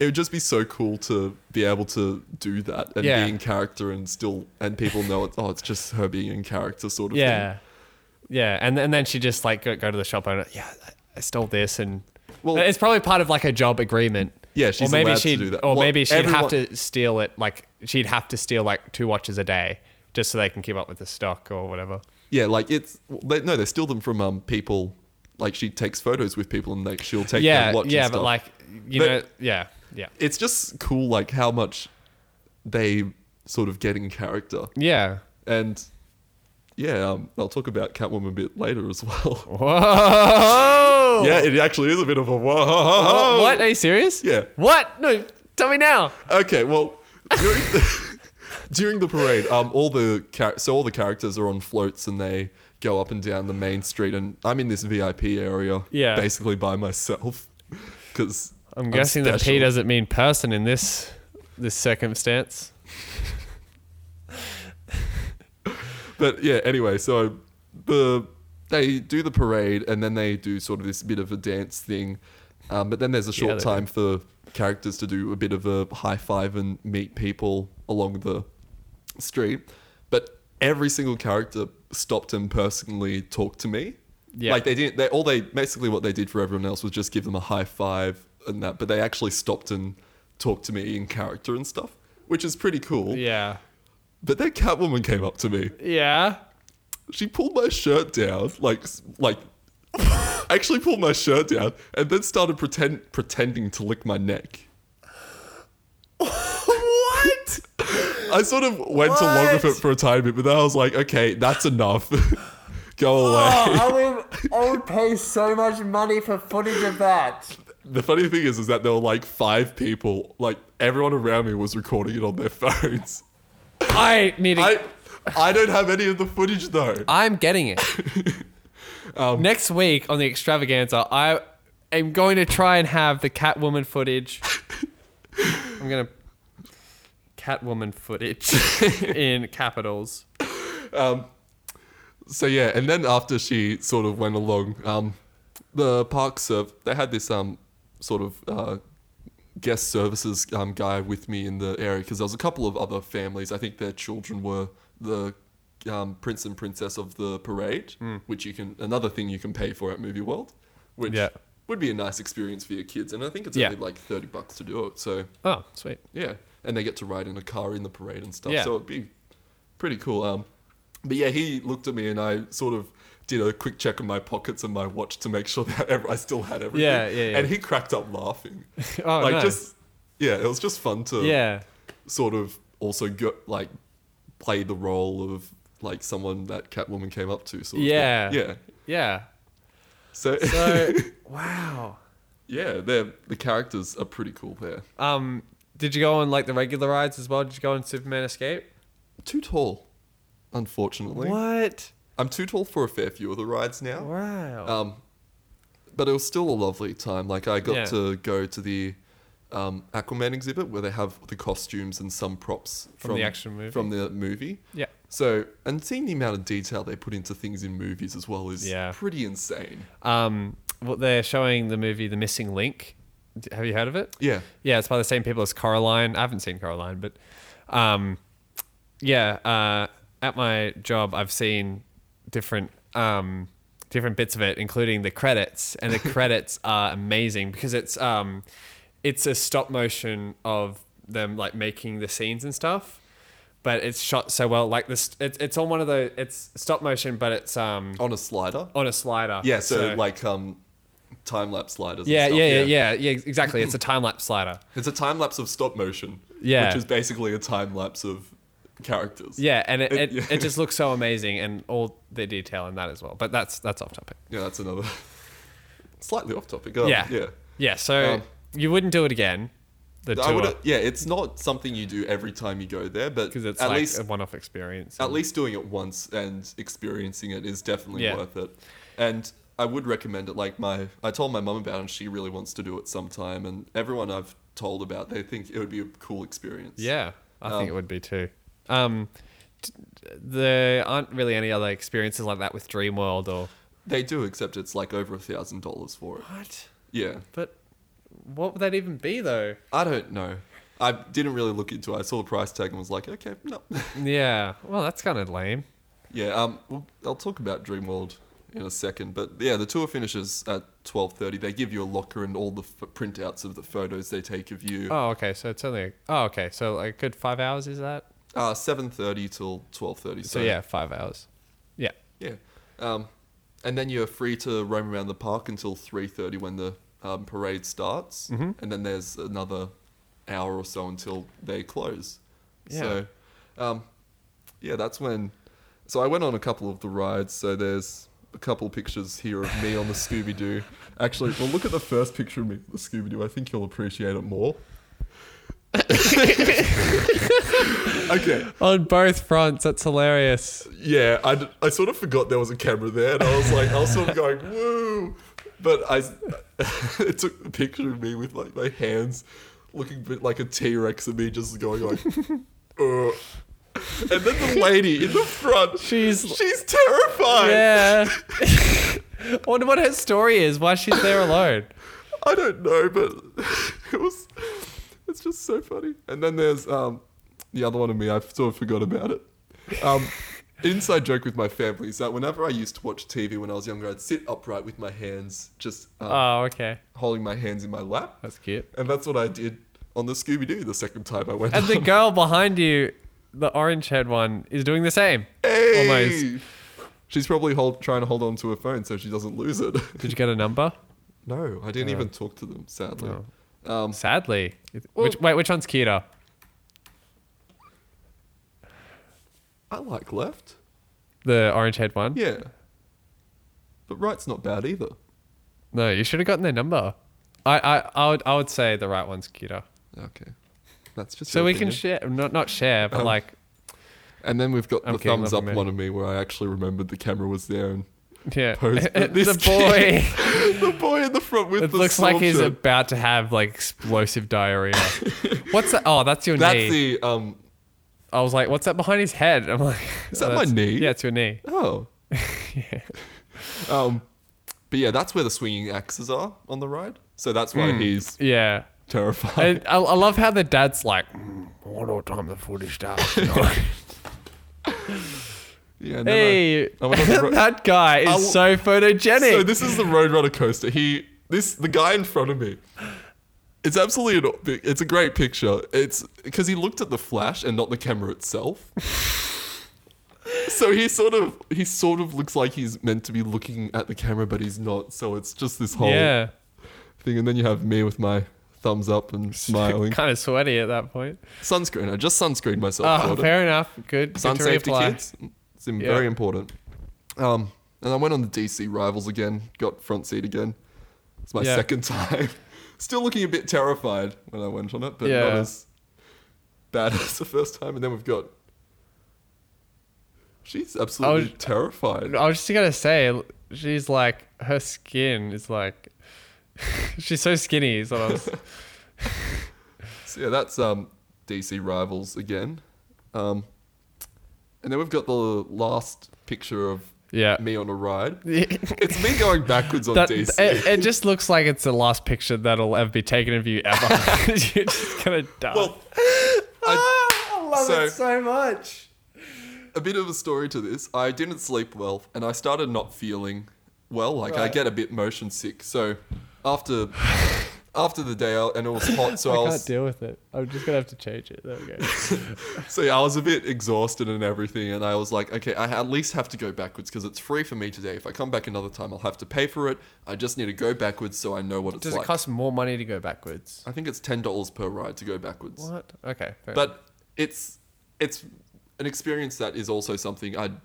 it would just be so cool to be able to do that and
Yeah.
be in character and still and people know it's oh it's just her being in character sort of
yeah, yeah, and and then she just like go, go to the shop owner. Yeah, I- I stole this, and
Well-
well, it's probably part of like a job agreement.
Yeah, she's
or maybe
allowed to
she'd,
do that.
or
Well,
maybe she'd
everyone-
have to steal it. Like she'd have to steal like two watches a day just so they can keep up with the stock or whatever.
thing. Yeah, like it's they, no, they steal them from um people like she takes photos with people and they she'll take
yeah,
their watch and
yeah, but
stuff.
like you
But-
know, yeah, Yeah.
It's just cool, like how much they sort of get in character,
Yeah.
and yeah, um, I'll talk about Catwoman a bit later as well.
Whoa.
Yeah, it actually is a bit of a whoa.
Wha- Oh, What? Are you serious?
Oh! Yeah.
What? No. Tell me now.
Okay, well, during the, during the parade, um, all the char- so all the characters are on floats and they go up and down the main street, and I'm in this VIP area,
Yeah.
basically by myself, because
I'm guessing that P doesn't mean person in this this circumstance.
But yeah, anyway, so the they do the parade and then they do sort of this bit of a dance thing, um, but then there's a short
they do.
time for characters to do a bit of a high five and meet people along the street. But every single character stopped and personally talked to me.
Yeah.
like they didn't. They all they basically what they did for everyone else was just give them a high five and that. But they actually stopped and talked to me in character and stuff, which is pretty cool.
Yeah.
But then Catwoman came up to me
Yeah.
she pulled my shirt down, like like actually pulled my shirt down, and then started pretend pretending to lick my neck.
What?
I sort of went along with it
What?
for a tiny bit, but then I was like, okay, that's enough. Go away.
would Oh, I would pay so much money for footage of that.
The funny thing is, is that there were like five people, like everyone around me was recording it on their phones.
I need.
I
to
I don't have any of the footage though.
I'm getting it. Next week on the extravaganza, I am going to try and have the Catwoman footage. I'm gonna Catwoman footage in capitals.
so yeah, and then after she sort of went along, um, the park serve they had this um sort of uh, guest services um, guy with me in the area because there was a couple of other families. I think their children were the um, prince and princess of the parade,
Mm.
which you can another thing you can pay for at Movie World, which
Yeah.
would be a nice experience for your kids. And I think it's
Yeah.
only like thirty bucks to do it. So
Oh, sweet.
yeah, and they get to ride in a car in the parade and stuff.
Yeah.
So it'd be pretty cool. Um, but yeah, he looked at me and I sort of did a quick check of my pockets and my watch to make sure that ev- I still had everything.
Yeah, yeah, yeah.
And he cracked up laughing.
Oh,
like
nice.
just yeah, it was just fun to
yeah.
sort of also go, like play the role of like someone that Catwoman came up to. Sort
Yeah.
Of thing. yeah.
Yeah.
So,
So wow.
yeah, they're, the characters are pretty cool there.
Um, did you go on like the regular rides as well? Did you go on Superman Escape?
Too tall, unfortunately.
What?
I'm too tall for a fair few of the rides now.
Wow.
Um, but it was still a lovely time. Like I got
Yeah.
to go to the um, Aquaman exhibit where they have the costumes and some props
From the action movie.
From the movie.
yeah.
So and seeing the amount of detail they put into things in movies as well is
Yeah.
pretty insane.
Um, well, they're showing the movie The Missing Link. D- Have you heard of it?
Yeah.
Yeah, it's by the same people as Coraline. I haven't seen Coraline, but um, yeah, uh, at my job, I've seen different um, different bits of it, including the credits, and the credits are amazing because it's um, it's a stop motion of them like making the scenes and stuff. But it's shot so well, like this. It's it's on one of the. It's stop motion, but it's um
On a slider.
on a slider.
Yeah. So, like um, time lapse sliders.
Yeah,
and stuff.
yeah, yeah, yeah, yeah, ex- exactly. It's a time lapse slider.
It's a time lapse of stop motion.
Yeah.
Which is basically a time lapse of characters.
Yeah, and it,
It-
it, it just looks so amazing and all the detail in that as well. But that's that's off topic.
Yeah, that's another slightly off topic. Oh,
yeah.
Yeah.
Yeah, so
Um,
you wouldn't do it again. The
I
tour
would, yeah, it's not something you do every time you go there, but
because it's
at
like
least
a one-off experience.
at
and-
least doing it once and experiencing it is definitely
Yeah.
worth it. And I would recommend it. Like my, I told my mum about, it and she really wants to do it sometime. And everyone I've told about, they think it would be a cool experience.
Yeah, I think it would be too. Um, t- there aren't really any other experiences like that with Dreamworld or
they do, except it's like over a thousand dollars for it.
what?
Yeah,
But what would that even be though?
I don't know. I didn't really look into it. I saw the price tag and was like, okay, no.
Yeah, well, that's kind of lame.
Yeah, um, well, I'll talk about Dreamworld in a second, but yeah, the tour finishes at twelve thirty. They give you a locker and all the f- printouts of the photos they take of you.
Oh, okay, so it's only oh, okay, so like a good five hours is that?
Uh, seven thirty till twelve thirty.
So yeah, five hours. Yeah.
yeah, um, and then you're free to roam around the park until three thirty when the um, parade starts, and then there's another hour or so until they close.
Yeah.
So, um, yeah, that's when. So I went on a couple of the rides. So there's a couple pictures here of me on the Scooby Doo. Actually, well, look at the first picture of me on the Scooby Doo. I think you'll appreciate it more. okay.
On both fronts, that's hilarious.
Yeah, I, d- I sort of forgot there was a camera there, and I was like, I was sort of going, woo. But I, it took a picture of me with like my hands looking a bit like a T Rex, and me just going like, uh. and then the lady in the front,
She's
she's terrified.
yeah. I wonder what her story is. Why she's there alone.
I don't know, but it was, it's just so funny. And then there's um, the other one of me. I sort of forgot about it. Um, inside joke with my family is that whenever I used to watch TV when I was younger, I'd sit upright with my hands, just uh,
Oh, okay.
holding my hands in my lap,
That's cute.
and that's what I did on the Scooby Doo the second time I went.
And the
on.
girl behind you, the orange head one, is doing the same.
Hey!
almost-
She's probably hold, trying to hold on to her phone so she doesn't lose it.
Did you get a number?
no, I didn't
Yeah.
even talk to them. Sadly, um,
Sadly.
Well-
which, wait, which one's cuter?
I like left.
The orange head one?
Yeah. But right's not bad either.
No, you should have gotten their number. I, I, I would I would say the right one's cuter.
Okay. That's just
So
your
we can
opinion.
share not not share, but
Um,
like
And then we've got
I'm
the
kidding,
thumbs
love
up
you, man.
one of me where I actually remembered the camera was there and
yeah.
posed for this
the boy
the boy in the front with
it
the
looks like
storm
he's
shirt.
about to have like explosive diarrhea. what's that? Oh, that's your knee.
That's the um
I was like, what's that behind his head? I'm like,
Is that my
"Oh, that's-
knee?"
Yeah, it's your knee.
oh.
Yeah.
Um but yeah, that's where the swinging axes are on the ride. So that's why he's
Yeah.
terrified.
Hmm. And I, I love how the dad's like, mm, I wonder what time the footage starts.
yeah, and then I-
hey,
I went on the ro-
that guy is
I'll-
so photogenic.
So this is the Roadrunner coaster. He this the guy in front of me. It's absolutely an, it's a great picture. It's because he looked at the flash and not the camera itself. so he sort of he sort of looks like he's meant to be looking at the camera, but he's not. So it's just this whole
yeah.
thing. And then you have me with my thumbs up and smiling.
kind of sweaty at that point.
sunscreen. I just sunscreened myself.
Oh,
Jordan
fair enough. Good.
sun
good to
safety
reapply.
kids. It's im-
Yeah.
very important. Um, and I went on the DC Rivals again. Got front seat again. It's my
Yeah.
second time. Still looking a bit terrified when I went on it, but not
Yeah.
as bad as the first time. And then we've got. She's absolutely terrified.
I was just gonna say, she's like, her skin is like, she's so skinny. Is what I was.
So yeah, that's um, DC Rivals again. Um, and then we've got the last picture of
Yeah.
me on a ride.
that,
It's me going backwards on DC.
it, it just looks like it's the last picture that'll ever be taken of you ever. You're just gonna die.
Well, I-
Ah, I love
it so-
much.
a bit of a story to this. I didn't sleep well, and I started not feeling well. Like I
Right.
get a bit motion sick. So after after the day out, and it was hot, so I,
I can't
was
deal with it. I'm just gonna have to change it. There we go.
so yeah, I was a bit exhausted and everything. And I was like, okay, I at least have to go backwards because it's free for me today. If I come back another time, I'll have to pay for it. I just need to go backwards so I know what it's
Does
like.
it cost more money to go backwards?
I think it's ten dollars per ride to go backwards.
What? Okay. fair
But it's it's an experience that is also something I'd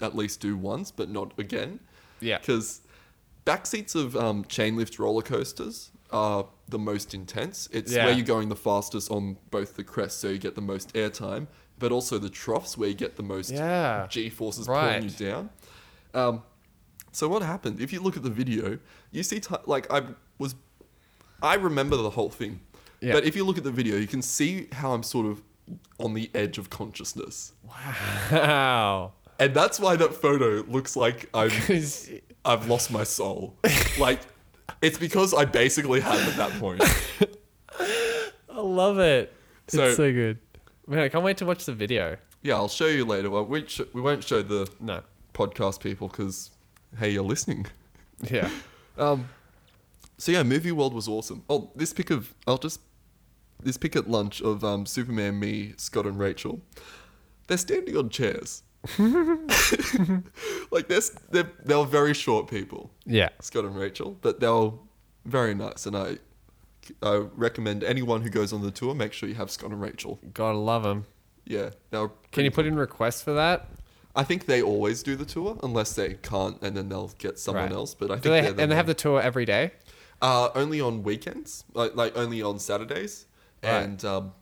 at least do once, but not again.
Yeah.
Because back seats of um, chain lift roller coasters are the most intense. It's
Yeah.
where you're going the fastest on both the crest, so you get the most airtime, but also the troughs where you get the most
Yeah.
G forces
Right.
pulling you down. Um, so what happened? If you look at the video, you see ti like I was, I remember the whole thing.
Yeah.
But if you look at the video, you can see how I'm sort of on the edge of consciousness,
Wow.
and that's why that photo looks like I'm
Because
I've lost my soul. like it's because I basically have at that point.
I love it.
So-
it's so good. Man, I can't wait to watch the video.
Yeah, I'll show you later. Well, we sh- we won't show the
No.
podcast people because hey, you're listening.
Yeah.
Um, so yeah, Movie World was awesome. Oh, this pick of I'll just this pick at lunch of um, Superman, me, Scott, and Rachel. They're standing on chairs, like they're, s- they're they're very short people,
Yeah.
Scott and Rachel, but they're very nice, and I I recommend anyone who goes on the tour make sure you have Scott and Rachel.
Gotta love them.
Yeah, now
Can you put in requests for that?
I think they always do the tour unless they can't, and then they'll get someone
Right.
else. But I think
Do they,
they're
and they have the tour every day?
Uh, only on weekends, like, like only on Saturdays,
Right.
and um,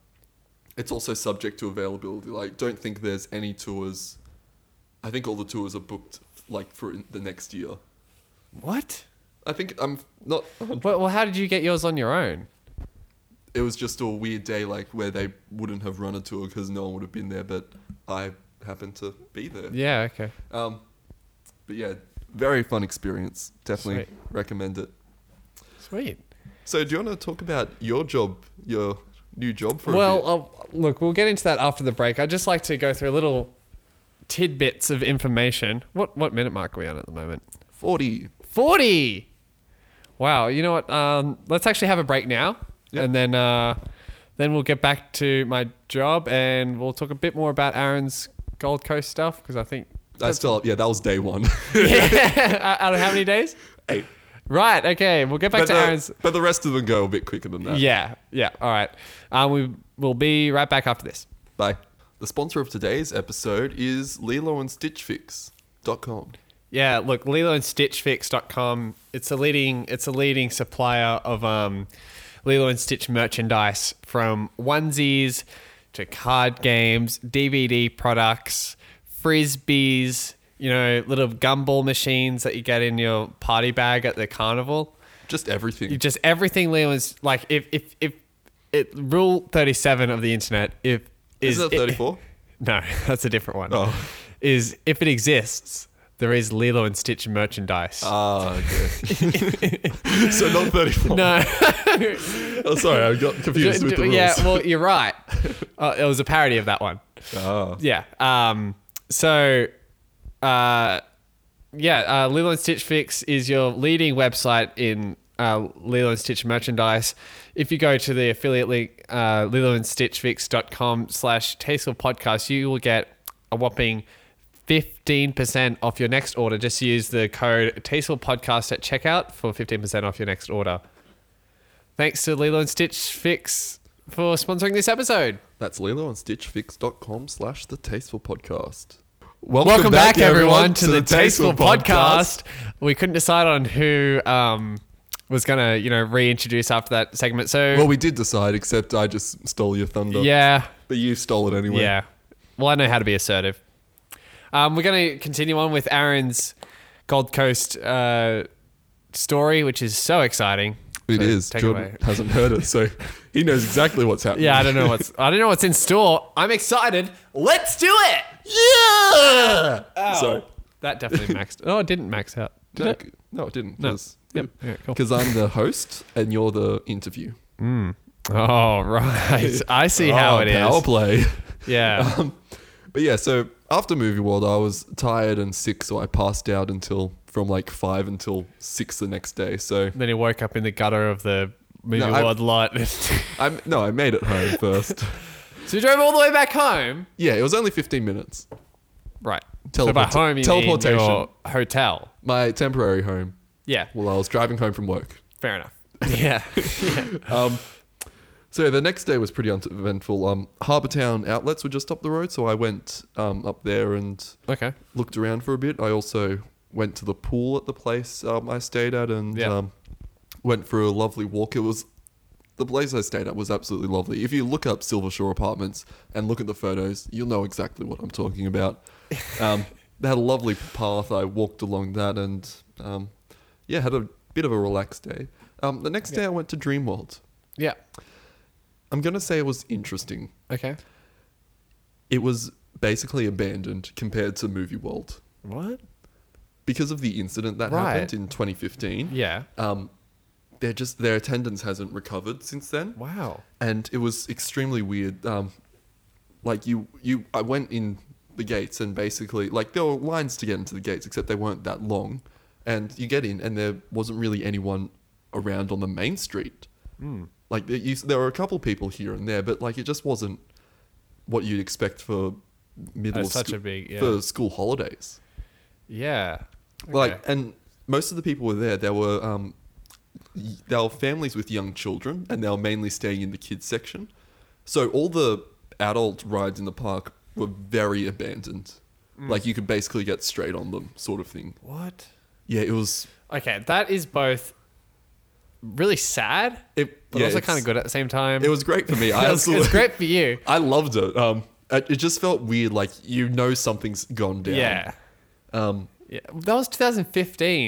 it's also subject to availability. Like, don't think there's any tours. I think all the tours are booked like for the next year.
What?
I think I'm not.
Well, well, how did you get yours on your own?
It was just a weird day, like where they wouldn't have run a tour because no one would have been there, but I happened to be there.
Yeah, okay.
Um, but yeah, very fun experience. Definitely
Sweet.
recommend it.
Sweet.
So, do you want to talk about your job, your new job for a bit?
Well, uh, look, we'll get into that after the break. I'd just like to go through little tidbits of information. What what minute mark are we on at the moment?
40.
40. Wow. You know what? Um, let's actually have a break now.
Yep.
And then uh, then we'll get back to my job and we'll talk a bit more about Aaron's Gold Coast stuff because I think.
That's still, yeah, that was day one.
yeah. Out of how many days?
Eight.
Right. Okay. We'll get back
But
to Aaron's.
the, but the rest of them go a bit quicker than that.
Yeah. Yeah. All right. Um, we will be right back after this.
Bye. The sponsor of today's episode is Lilo and Stitchfix.com.
Yeah, look, Lilo and Stitchfix.com, it's a leading it's a leading supplier of um, Lilo and Stitch merchandise from onesies to card games, DVD products, frisbees, you know, little gumball machines that you get in your party bag at the carnival.
Just everything.
You just everything Lilo and S- like if if if it rule 37 of the internet if
Isn't that
it-
34?
no, that's a different one.
Oh.
Is if it exists, there is Lilo and Stitch merchandise.
Ah, okay. so not 34.
no.
Oh, sorry, I got confused with the rules.
yeah, well, you're right. Uh, it was a parody of that one.
Ah.
Yeah. Um, so, uh, yeah, uh, Lilo and Stitch Fix is your leading website in uh, Lilo and Stitch merchandise. If you go to the affiliate link, uh, liloandstitchfix.com slash tasteful podcast, you will get a whopping 15% off your next order. Just use the code tasteful podcast at checkout for 15% off your next order. Thanks to Lilo and Stitch Fix for sponsoring this episode.
That's Lilo and Stitchfix.com slash The Tasteful Podcast.
Welcome back, everyone, to, the, Tasteful podcast. We couldn't decide on who um, was going to, you know, reintroduce after that segment. So,
Well, we did decide, except I just stole your thunder.
yeah,
But you stole it anyway.
yeah. Well, I know how to be assertive. Um, we're going to continue on with Aaron's Gold Coast uh, story, which is so exciting.
It
So
is.
Take it
Jordan
away.
hasn't heard it, so he knows exactly what's happening.
Yeah, I don't know what's I don't know what's in store. I'm excited. Let's do it.
Yeah! Sorry.
That definitely maxed. Oh, it didn't max out. Did
No,
it?
no, it didn't.
No.
Because
Yep. Yeah, cool.
I'm the host and you're the interview.
Oh right. I see how
Ah,
it is.
Power play.
Yeah.
um, but yeah, so after Movie World, I was tired and sick, so I passed out until from like five until six the next day. So
Then he woke up in the gutter of the movie
No, I-
world lot. so
I no, I made it home first.
you drove all the way back home.
yeah, it was only 15 minutes.
Right. so
Teleport-
by home you
teleportation.
mean your hotel.
My temporary home.
Yeah.
Well, I was driving home from work.
Fair enough. Yeah.
Um, so the next day was pretty uneventful. Um, Harbour Town outlets were just up the road, so I went um, up there and
okay.
looked around for a bit. I also went to the pool at the place um, I stayed at and
Yeah.
um, went for a lovely walk. It was the place I stayed at was absolutely lovely. If you look up Silver Shore Apartments and look at the photos, you'll know exactly what I'm talking about. Um, they had a lovely path. I walked along that and um, yeah, had a bit of a relaxed day. Um, the next day, I went to Dreamworld.
Yeah.
I'm gonna say it was interesting.
Okay.
It was basically abandoned compared to Movie World.
What?
because of the incident that
Right.
happened in 2015.
Yeah.
Um, they're just their attendance hasn't recovered since then,
Wow.
and it was extremely weird. Um, like you, you, I went in the gates and basically like there were lines to get into the gates, except they weren't that long, and you get in and there wasn't really anyone around on the main street.
Hmm.
Like there, you, there were a couple people here and there, but like it just wasn't what you'd expect for middle
That's
of
such
scho-
a big- yeah.
for school holidays
Yeah.
like
Okay.
and most of the people were there there were um y- they were families with young children, and they were mainly staying in the kids section. So all the adult rides in the park were very abandoned. Like you could basically get straight on them, sort of thing.
What?
Yeah, it was.
Okay, that is both really sad,
It,
but
yeah,
also
it's-
kind of good at the same time.
It was great for me. I
it's, it's
absolutely,
great for you.
I loved it. Um, it it just felt weird. Like you know something's gone down.
Yeah.
Um,
yeah. That was 2015,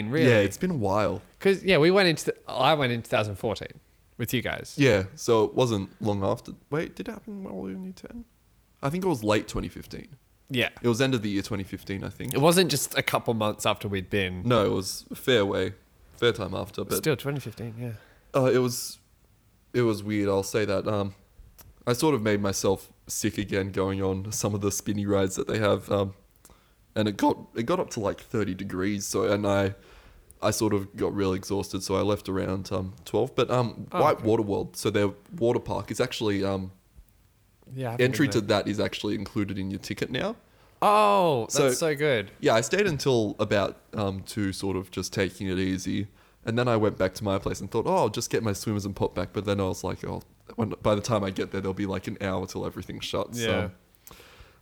Yeah,
really.
it's been a while.
Because, yeah. we went into, the, I went in 2014 with you guys.
Yeah, so it wasn't long after. Wait, did it happen while we were in year 10? I think it was late 2015.
Yeah.
It was end of the year 2015, I think.
It wasn't just a couple months after we'd been.
No, it was a fair way, fair time after, Mm, but
Still 2015, yeah.
uh, it was it was weird. I'll say that. Um, I sort of made myself sick again going on some of the spinny rides that they have, um, and it got it got up to like 30 degrees. So and I I sort of got real exhausted, so I left around um, 12. But um,
Oh,
White
okay.
Water World, so their water park is actually um,
Yeah. I haven't
entry
been
to
there.
that is actually included in your ticket now.
Oh, that's
So-
so good.
Yeah, I stayed until about um, two, sort of just taking it easy, and then I went back to my place and thought, oh, I'll just get my swimmers and pop back. But then I was like, oh, when, by the time I get there, there'll be like an hour till everything shuts.
Yeah.
So,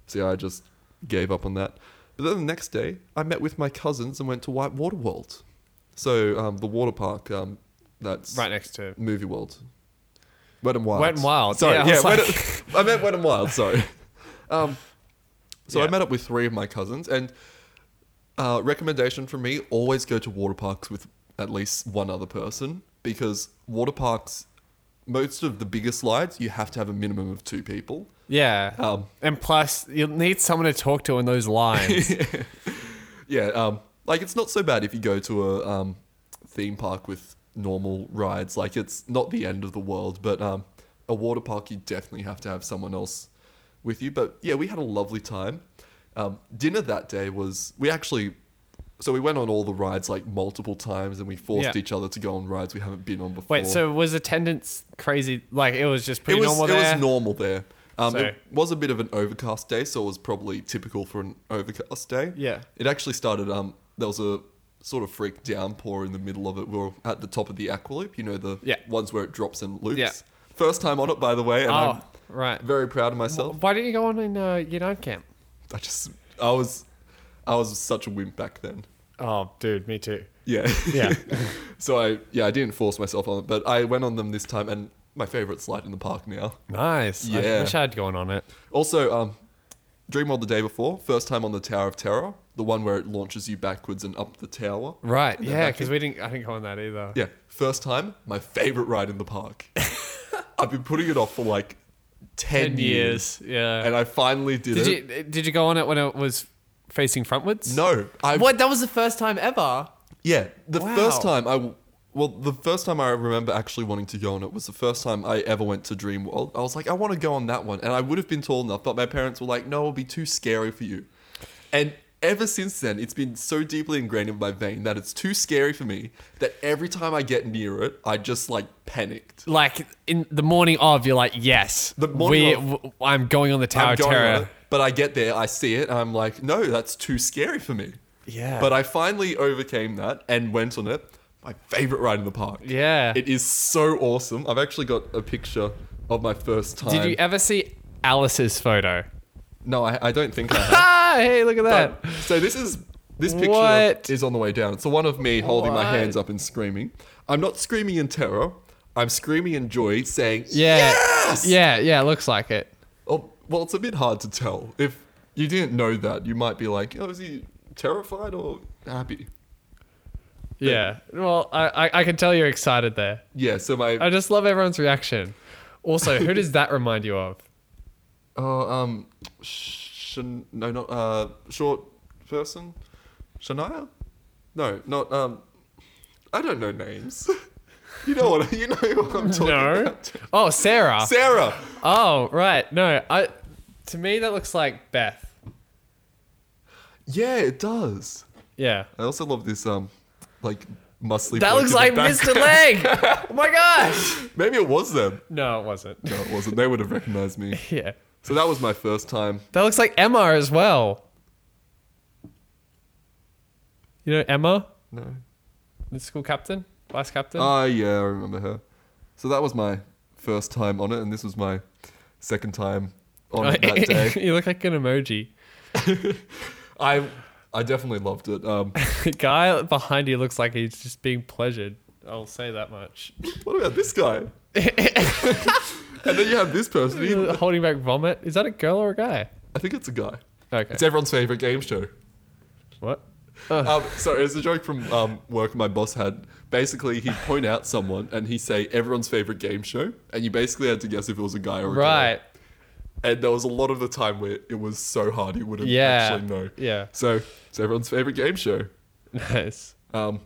so yeah, I just gave up on that. But then the next day, I met with my cousins and went to White Water World. So um, the water park um, that's
Right next to
Movie World. Wet and Wild.
Wet and Wild.
Sorry,
Yeah,
yeah.
I
I,
was
wet
like-
and- I meant Wet and Wild, sorry. Um, so I
Yeah.
met up with three of my cousins, and uh, recommendation from me always go to water parks with at least one other person because water parks, most of the bigger slides, you have to have a minimum of two people.
Yeah.
Um,
and plus, you'll need someone to talk to in those lines.
yeah, um, like it's not so bad if you go to a um, theme park with normal rides. Like it's not the end of the world, but um, a water park you definitely have to have someone else with you. But yeah, we had a lovely time. Um, dinner that day was we actually so we went on all the rides like multiple times and we forced
Yeah.
each other to go on rides we haven't been on before.
Wait, so was attendance crazy? Like, it was just pretty
it was
normal
it
there?
was normal there. Um,
So-
It was a bit of an overcast day, so it was probably typical for an overcast day.
Yeah.
It actually started. Um, there was a sort of freak downpour in the middle of it. We were at the top of the aqua loop. You know the
Yeah.
ones where it drops and loops.
Yeah.
First time on it, by the way, and
Oh, right.
I'm very proud of myself.
Why didn't you go on in uh, United Camp?
I just, I was, I was such a wimp back then.
Oh, dude, me too.
Yeah.
Yeah.
so I, yeah, I didn't force myself on it, but I went on them this time, and my favorite slide in the park now.
Nice. I
Yeah.
wish I'd gone on it.
Also, um, Dreamworld the day before, first time on the Tower of Terror, the one where it launches you backwards and up the tower.
Right.
And then
Yeah,
back
because
in.
we didn't. I didn't go on that either.
Yeah, first time, my favorite ride in the park. I've been putting it off for like 10,
Ten years. Yeah.
and I finally did,
did
it.
you Did you go on it when it was facing frontwards?
No, I
What? That was the first time ever.
yeah, the
Wow.
first time I well, the first time I remember actually wanting to go on it was the first time I ever went to Dreamworld. I was like, I want to go on that one, and I would have been tall enough, but my parents were like, No, it'll be too scary for you. And ever since then, it's been so deeply ingrained in my vein that it's too scary for me that every time I get near it, I just like panicked.
Like in the morning of, you're like, yes,
The morning
we,
of-
w- I'm going on the Tower
I'm
of
going on
Terror.
it, but I get there, I see it, and I'm like, no, that's too scary for me.
Yeah.
But I finally overcame that and went on it. My favorite ride in the park.
Yeah.
It is so awesome. I've actually got a picture of my first time.
Did you e- ever see Alice's photo?
No, I, I don't think I have.
Ah, hey, look at that.
But- so this is this picture
What?
is on the way down. It's the one of me holding my
What?
hands up and screaming. I'm not screaming in terror. I'm screaming in joy, saying,
Yeah.
"Yes!"
Yeah, yeah, looks like it.
Oh, well, it's a bit hard to tell. If you didn't know that, you might be like, "Oh, is he terrified or happy?"
Yeah. Well, I, I, I can tell you're excited there.
Yeah. So my
I just love everyone's reaction. Also, who does that remind you of?
oh um, sh- no, not uh, short person, Shania. No, not um, I don't know names. you know what? You know what I'm talking
No.
about.
Oh, Sarah.
Sarah.
oh, right. No, I. To me, that looks like Beth.
Yeah, it does.
Yeah.
I also love this um, like muscly.
That
bloke
looks
in the
like
back.
Mr. Leg. oh my gosh.
Maybe it was them.
No, it wasn't.
No, it wasn't. They would have recognized me.
Yeah.
So that was my first time.
That looks like Emma as well. You know Emma,
No.
the school captain? vice captain?
Ah, yeah, I remember her. So that was my first time on it, and this was my second time on it that day.
you look like an emoji.
I I definitely loved it. Um,
The guy behind you looks like he's just being pleasured. I'll say that much.
what about this guy? and then you have this person. he-
Holding back vomit. Is that a girl or a guy?
I think it's a guy.
Okay.
It's everyone's favorite game show.
what? Uh.
Um, sorry, it's a joke from um, work my boss had. Basically, he'd point out someone and he'd say everyone's favorite game show, and you basically had to guess if it was a guy or a girl.
Right.
And there was a lot of the time where it was so hard you wouldn't
Yeah.
actually know.
Yeah.
So it's everyone's favorite game show.
Nice.
Um,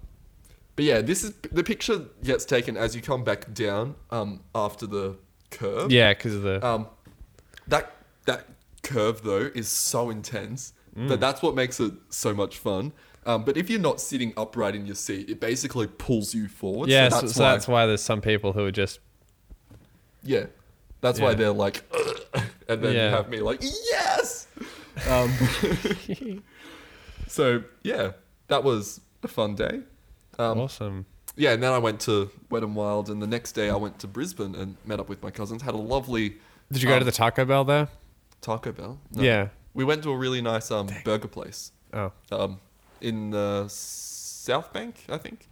but yeah, this is the picture gets taken as you come back down um, after the curve.
Yeah, because of the.
Um, that that curve though is so intense
Mm.
that that's what makes it so much fun. Um, but if you're not sitting upright in your seat, it basically pulls you forward.
yeah,
so
so,
that's
so
why.
that's why there's some people who are just.
yeah, that's why
Yeah.
they're like, and then you
Yeah.
have me like, yes. Um, so yeah, that was a fun day. Um,
awesome.
yeah, and then I went to Wet and Wild, and the next day I went to Brisbane and met up with my cousins. Had a lovely
Did you go
um,
to the Taco Bell there?
Taco Bell. No.
Yeah.
we went to a really nice um, burger place
Oh.
um, in the South Bank, I think.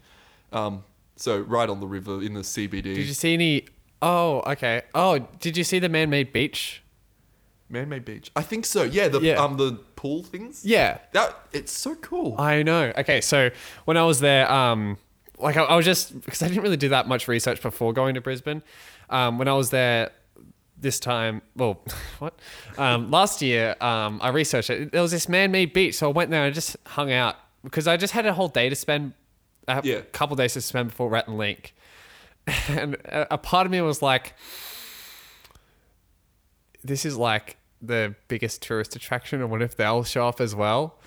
Um, so right on the river in the CBD.
Did you see any? Oh, okay. Oh, did you see the man-made beach?
Man-made beach. I think so. Yeah, the
Yeah.
um the pool things.
Yeah,
That it's so cool.
I know. Okay, so when I was there, um, like I, I was just because I didn't really do that much research before going to Brisbane. Um, when I was there this time, well, what? Um, last year, um, I researched it. There was this man-made beach, so I went there and I just hung out because I just had a whole day to spend, uh, a
Yeah.
couple days to spend before Rat and Link, and a, a part of me was like, this is like the biggest tourist attraction, and what if they'll show up as well?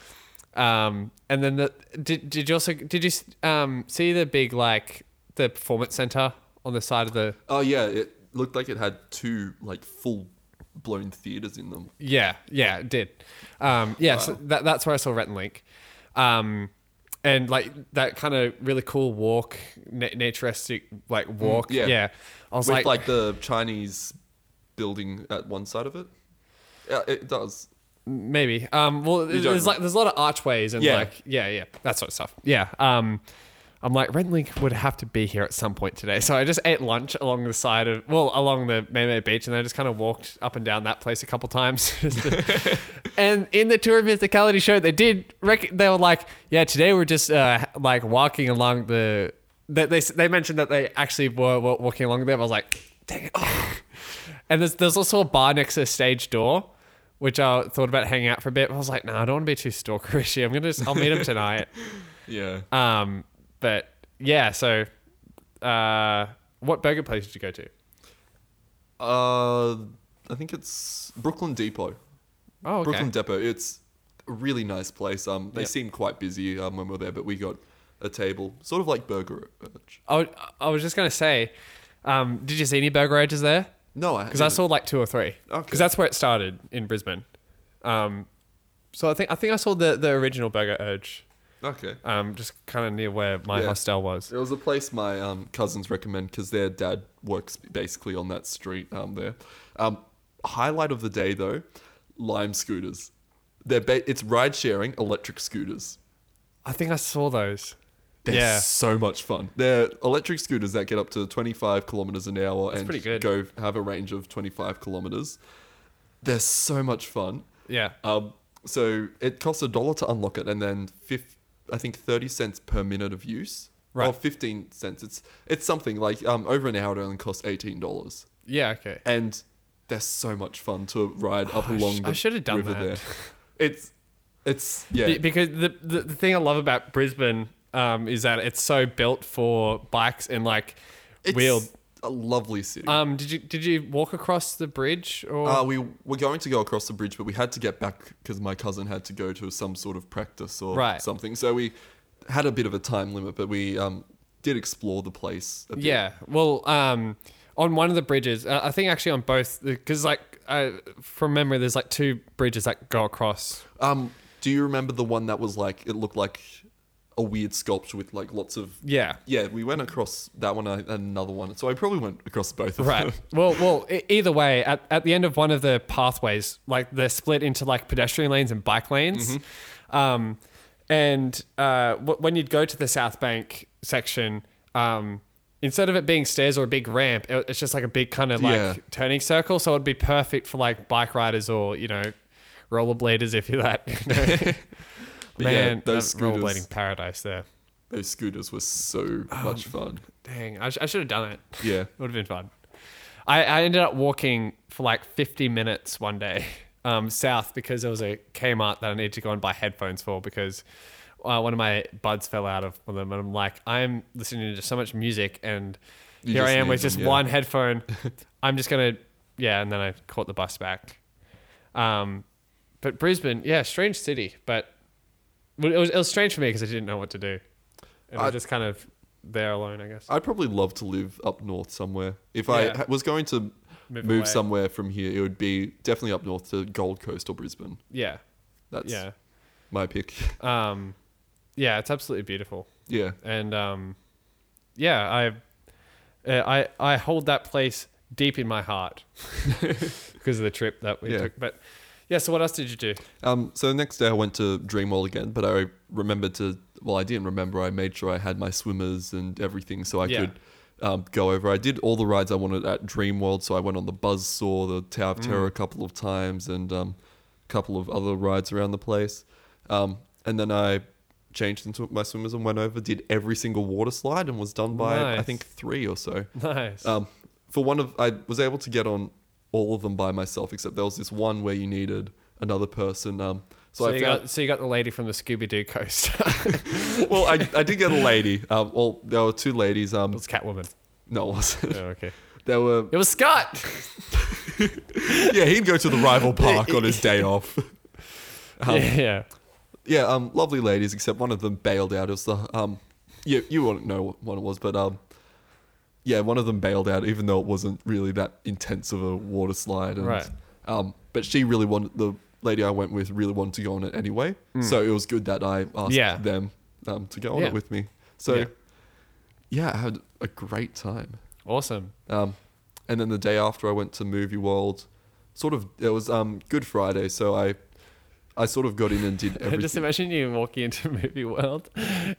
Um, and then the did, did you also did you um, see the big like the performance center on the side of the
oh yeah, it looked like it had two like full blown theaters in them.
yeah yeah it did um, yeah so that, that's where I saw Rat and Link, um, and like that kind of really cool walk na- naturistic like walk
Mm, yeah.
yeah. I was
with
like,
like, the Chinese building at one side of it. Yeah, it does.
Maybe. Um, well,
don't
there's
know.
like there's a lot of archways and
Yeah.
like yeah, yeah, that sort of stuff. Yeah. Um, I'm like Renlink would have to be here at some point today, so I just ate lunch along the side of well along the Maymay Beach, and I just kind of walked up and down that place a couple times. just to- and in the tour of Mythicality show, they did rec- they were like, yeah, today we're just uh, like walking along the. They, they, they mentioned that they actually were, were walking along there. I was like, dang it. And there's there's also a bar next to the stage door, which I thought about hanging out for a bit. But I was like, no, nah, I don't want to be too stalkerishy. I'm gonna just I'll meet him tonight.
Yeah.
Um, but yeah, so uh, what burger place did you go to?
Uh, I think it's Brooklyn Depot.
Oh, okay.
Brooklyn Depot. It's a really nice place. Um, they
Yep.
seem quite busy um, when we were there, but we got a table, sort of like Burger Urge.
I, would- I was just gonna say, um, did you see any burger edges there?
No, I
Because I saw like two or three.
Okay.
Because that's where it started in Brisbane. Um, so I think I think I saw the the original burger urge.
Okay.
Um, just kind of near where my
Yeah.
hostel was.
It was a place my um, cousins recommend because their dad works basically on that street um, there. Um, highlight of the day though, Lime scooters. They're ba- it's ride sharing electric scooters.
I think I saw those.
They're
yeah.
so much fun. They're electric scooters that get up to 25 kilometers an hour and
pretty good.
go have a range of 25 kilometers. They're so much fun.
Yeah.
Um, so it costs a dollar to unlock it, and then fif- I think thirty cents per minute of use, or
Right.
fifteen cents. It's it's something like um, over an hour. It only costs eighteen dollars,
Yeah. Okay.
and they're so much fun to ride up
Oh, I sh-
along. the
I should have done
river
that.
There. It's it's yeah
Be- because the, the the thing I love about Brisbane um, is that it's so built for bikes and like
it's
wheeled.
a lovely city.
Um, did you did you walk across the bridge or?
Uh, we were going to go across the bridge, but we had to get back because my cousin had to go to some sort of practice or
Right.
something. So we had a bit of a time limit, but we um, did explore the place. A bit.
yeah. Well, um, on one of the bridges, uh, I think actually on both, because like uh, from memory, there's like two bridges that go across.
Um, do you remember the one that was like it looked like a weird sculpture with like lots of.
Yeah.
Yeah, we went across that one and another one, so I probably went across both of
Right.
them.
Well, well. e- Either way, at, at the end of one of the pathways, like they're split into like pedestrian lanes and bike lanes,
Mm-hmm.
um, and uh, w- when you'd go to the South Bank section, um, instead of it being stairs or a big ramp, it, it's just like a big kind of like
Yeah.
turning circle. So it'd be perfect for like bike riders or you know rollerbladers if you like. You know?
But
Man,
yeah, those
that
scooters,
rollerblading paradise there.
those scooters were so
Oh,
much fun.
Dang, I, sh- I should have done it.
Yeah,
It would have been fun. I, I ended up walking for like 50 minutes one day um, south because there was a Kmart that I needed to go and buy headphones for because uh, one of my buds fell out of one of them. And I'm like, I'm listening to so much music and
You
here I
just
am
need
with just
them, yeah.
one headphone. I'm just going to, yeah. And then I caught the bus back. Um, but Brisbane, yeah, strange city. But it was, it was strange for me because I didn't know what to do. And I,
I-
was just kind of there alone, I guess.
I'd probably love to live up north somewhere. If I
Yeah.
ha- was going to move,
away.
somewhere from here, it would be definitely up north to Gold Coast or Brisbane.
Yeah.
That's
yeah.
my pick.
um yeah it's absolutely beautiful
yeah,
and um yeah i uh, i i hold that place deep in my heart because of the trip that we
Yeah.
took but yeah so what else did you do
Um, so the next day I went to Dreamworld again, but I remembered to. Well, I didn't remember. I made sure I had my swimmers and everything, so I
Yeah.
could um, go over. I did all the rides I wanted at Dreamworld, so I went on the Buzzsaw, the Tower
Mm.
of Terror a couple of times, and um, a couple of other rides around the place. Um, and then I changed and took my swimmers and went over, did every single water slide, and was done by I
Nice.
think three or so.
nice
Um, for one of, I was able to get on all of them by myself, except there was this one where you needed another person. Um, so,
so,
I
you
found,
got so you got the lady from the scooby-doo coast
well, I, I did get a lady. Um, well, there were two ladies. Um,
it's catwoman
no, it wasn't.
oh, okay
There were.
it was scott
Yeah, he'd go to the rival park on his day off. Um,
yeah, yeah
Yeah, um, lovely ladies, except one of them bailed out. It was the um, you you wouldn't know what it was, but um, yeah, one of them bailed out, even though it wasn't really that intense of a water slide. And,
Right.
Um, but she really wanted the lady I went with really wanted to go on it anyway, so it was good that I asked
Mm. Yeah.
them um to go on
Yeah.
it with me. So
Yeah.
yeah. I had a great time.
awesome
Um, and then the day after, I went to Movie World. Sort of, it was um Good Friday, so I. I sort of got in and did everything.
just imagine you walking into movie world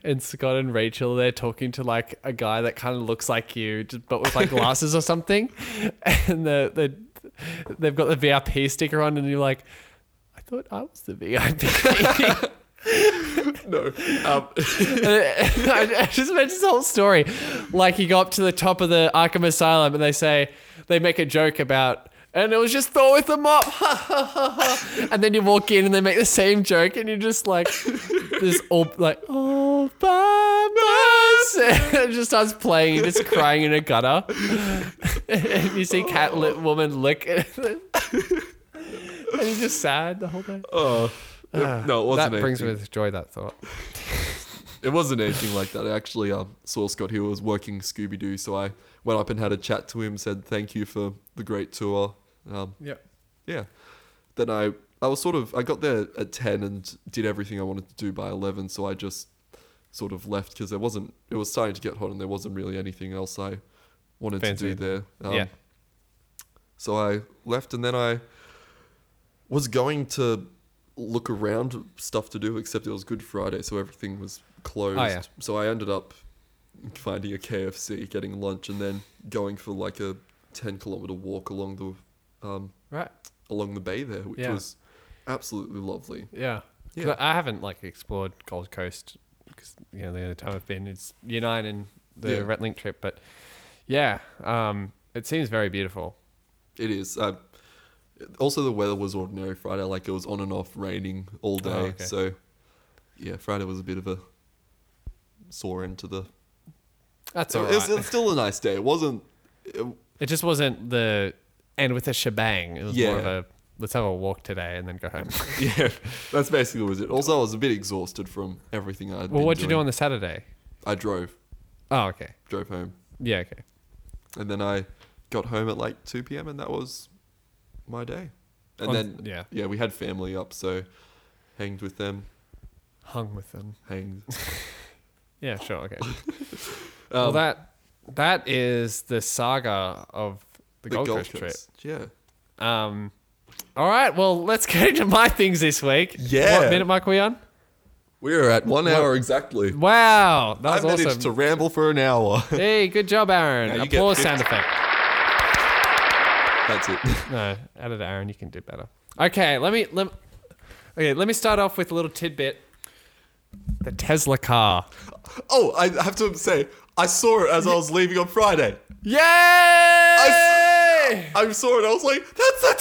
and scott and rachel they're talking to like a guy that kind of looks like you just, but with like glasses or something and the, the they've got the vip sticker on and you're like i thought i was the vip
no, um,
I, I just imagine this whole story like you go up to the top of the arkham asylum and they say they make a joke about and it was just Thor with the mop. Ha, ha, ha, ha. and then you walk in and they make the same joke, and you're just like, this all like, all by myself. And it just starts playing, you're just crying in a gutter. and you see cat lit woman lick it. and you're just sad the whole day.
Oh, no, it wasn't.
that brings
anything.
me with joy, that thought.
It wasn't anything like that. I actually um, saw Scott Hill was working Scooby Doo, so I went up and had a chat to him. Said thank you for the great tour. Um,
Yeah.
yeah. Then I I was sort of I got there at ten and did everything I wanted to do by eleven. So I just sort of left because there wasn't. It was starting to get hot, and there wasn't really anything else I wanted
Fancy.
to do there. Um,
Yeah.
So I left, and then I was going to look around stuff to do, except it was Good Friday, so everything was closed.
Oh, yeah.
So I ended up finding a KFC, getting lunch, and then going for like a ten kilometer walk along the um,
Right.
along the bay there, which
Yeah.
was absolutely lovely.
Yeah. 'Cause
Yeah.
I I haven't like explored Gold Coast because you know the only time I've been is year nine and the
Yeah.
Rat Link trip, but yeah, um, it seems very beautiful.
It is. I, also, the weather was ordinary Friday, like it was on and off raining all day.
Oh, okay.
So, yeah, Friday was a bit of a sore end to the.
That's
It
all
was-
right.
It's, still a nice day. It wasn't. It,
It just wasn't the end with a shebang. It was more of
Yeah.
a let's have a walk today and then go home.
yeah, that's basically was it. Also, I was a bit exhausted from everything I.
well, what'd you do on the Saturday?
I drove,
Oh, okay.
drove home,
Yeah, okay.
and then I got home at like two p.m. and that was my day. And
On-
then
yeah,
yeah, we had family up, so hanged with them,
hung with them.
hanged.
Yeah, sure. Okay. well,
Um,
that that is the saga of the, Gold, Coast
Yeah.
trip. Um, all right. Well, let's get into my things this week.
Yeah.
What minute mark are we on?
We are at one hour exactly.
Wow, that
I
was
managed
awesome.
to ramble for an hour.
Hey, good job, Aaron.
Now you get
Applause
fifty.
sound effect.
That's it.
No, edit Aaron. You can do better. Okay, let me let. Okay, let me start off with a little tidbit. The Tesla car.
Oh, I have to say, I saw it as I was leaving on Friday.
Yay!
I I saw it. I was like, "That's the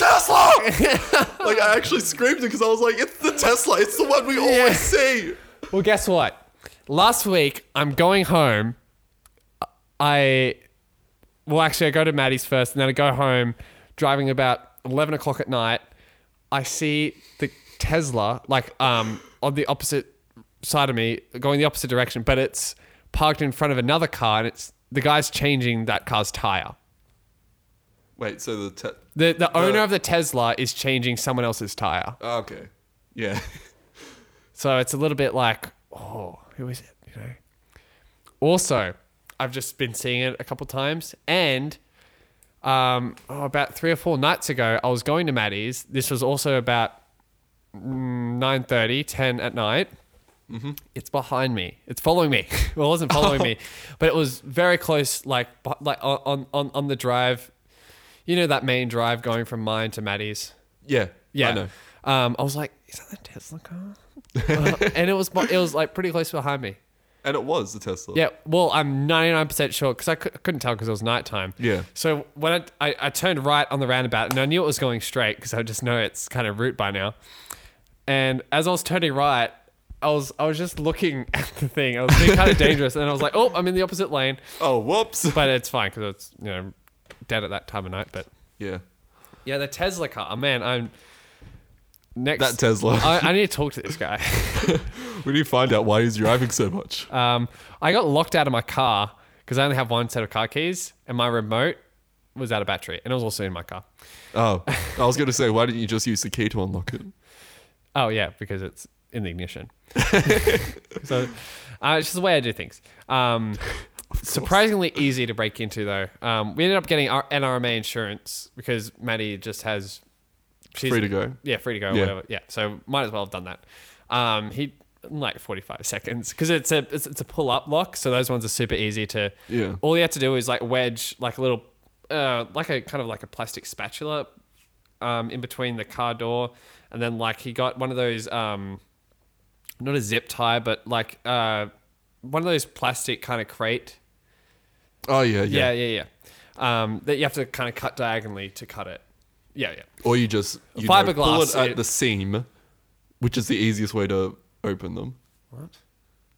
Tesla!" like I actually screamed it because I was like, "It's the Tesla! It's the one we always see."
Well, guess what? Last week, I'm going home. I, well, actually, I go to Maddie's first, and then I go home, driving about eleven o'clock at night. I see the Tesla, like, um, on the opposite side of me, going the opposite direction, but it's parked in front of another car, and it's the guy's changing that car's tire.
Wait, so the te-
The the owner of the Tesla is changing someone else's tire,
oh, okay, yeah,
so it's a little bit like, oh, who is it? You know. Also, I've just been seeing it a couple times, and um, oh, about three or four nights ago, I was going to Maddie's. This was also about mm, 9.30, 10 at night. It's behind me. It's following me. well, it wasn't following me, but it was very close, like bu- like on- on, on on the drive. You know that main drive going from mine to Maddie's.
yeah,
Yeah.
I know.
Um, I was like, is that the Tesla car? Uh, and it was bu- it was like pretty close behind me.
And it was the Tesla.
Yeah. Well, I'm 99% sure because I cou- couldn't tell because it was nighttime.
Yeah.
So when I, I, I turned right on the roundabout and I knew it was going straight because I just know it's kind of route by now. And as I was turning right, I was I was just looking at the thing. I was being kind of dangerous, and I was like, "Oh, I'm in the opposite lane,"
Oh, whoops.
but it's fine because it's you know dead at that time of night. But
Yeah,
yeah, the Tesla car, man, I'm next.
that Tesla.
I, I need to talk to this guy.
we need to find out why he's driving so much.
Um, I got locked out of my car because I only have one set of car keys, and my remote was out of battery, and it was also in my car.
Oh, I was going to say, why didn't you just use the key to unlock it?
Oh yeah, because it's in the ignition. so uh, it's just the way I do things. Um, surprisingly easy to break into though. Um, we ended up getting our NRMA insurance because Maddie just has she's
Free to go.
Yeah, free to go.
Yeah.
Whatever. Yeah. So might as well have done that. Um, he in like forty five seconds because it's a it's, it's a pull up lock, so those ones are super easy to.
Yeah.
All you have to do is like wedge like a little, uh, like a kind of like a plastic spatula, um, in between the car door, and then like he got one of those um, not a zip tie, but like uh, one of those plastic kind of crate
Oh yeah, yeah.
yeah, yeah, yeah. Um, that you have to kind of cut diagonally to cut it. Yeah, yeah.
Or you just you pull
Fiberglass,
it at
it-
the seam, which is the easiest way to open them.
What?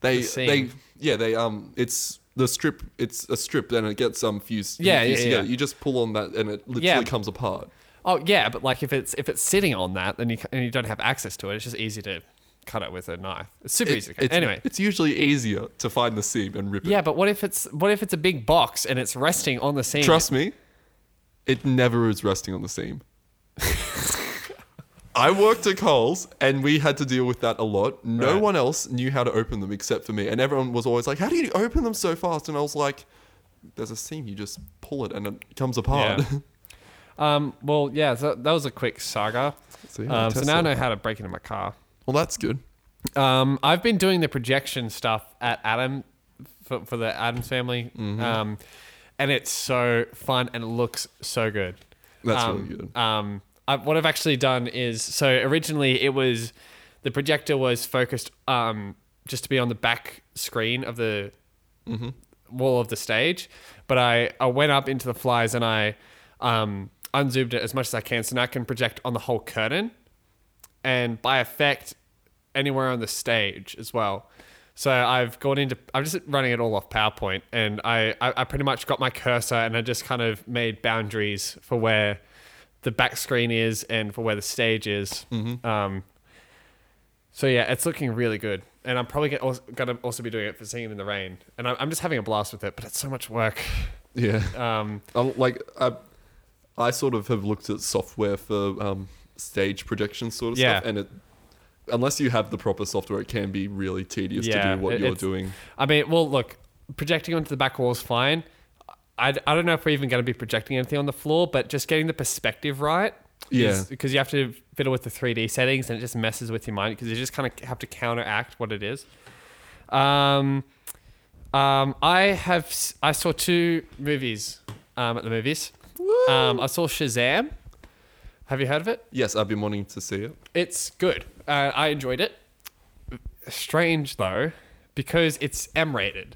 They
The seam.
they yeah they um it's the strip it's a strip then it gets um fused
Yeah,
fused
yeah,
together.
yeah.
you just pull on that and it literally
Yeah.
comes apart
Oh, yeah, but like if it's if it's sitting on that, then you ca- and you don't have access to it, it's just easy to cut it with a knife. It's super easy. To cut.
it's,
Anyway.
it's usually easier to find the seam and rip it
Yeah, but what if it's what if it's a big box and it's resting on the seam?
trust me it never is resting on the seam I worked at Coles and we had to deal with that a lot. No
Right.
one else knew how to open them except for me. And everyone was always like, How do you open them so fast? And I was like, There's a seam, you just pull it and it comes apart.
Yeah. Um. Well, yeah. So that was a quick saga.
So,
So,
yeah,
um, so now
Tesla.
I know how to break into my car.
well, that's good.
Um, I've been doing the projection stuff at Adam for, for the Adams family,
Mm-hmm.
um, and it's so fun and it looks so good.
That's
um,
really good.
Um, I, what I've actually done is so originally it was the projector was focused um, just to be on the back screen of the
Mm-hmm.
wall of the stage, but I, I went up into the flies and I um, unzoomed it as much as I can, so now I can project on the whole curtain and by effect anywhere on the stage as well. So I've gone into I'm just running it all off PowerPoint and I, I, I pretty much got my cursor and I just kind of made boundaries for where the back screen is and for where the stage is. Um, so yeah, it's looking really good, and I'm probably going to also be doing it for singing in the rain, and I'm, I'm just having a blast with it. But it's so much work.
Yeah.
Um,
Um, like I, I sort of have looked at software for um, stage projection sort of
Yeah.
stuff, and it unless you have the proper software, it can be really tedious
Yeah,
to do what
it-
you're
it's-
doing.
I mean, well, look, projecting onto the back wall is fine. I, I don't know if we're even going to be projecting anything on the floor, but just getting the perspective right.
Yeah.
Because you have to fiddle with the 3D settings and it just messes with your mind because you just kind of have to counteract what it is. Um, um, I have, s- I saw two movies um, at the movies. Um, I saw Shazam. Have you heard of it?
Yes, I've been wanting to see it.
It's good. Uh, I enjoyed it. Strange though, because it's M rated.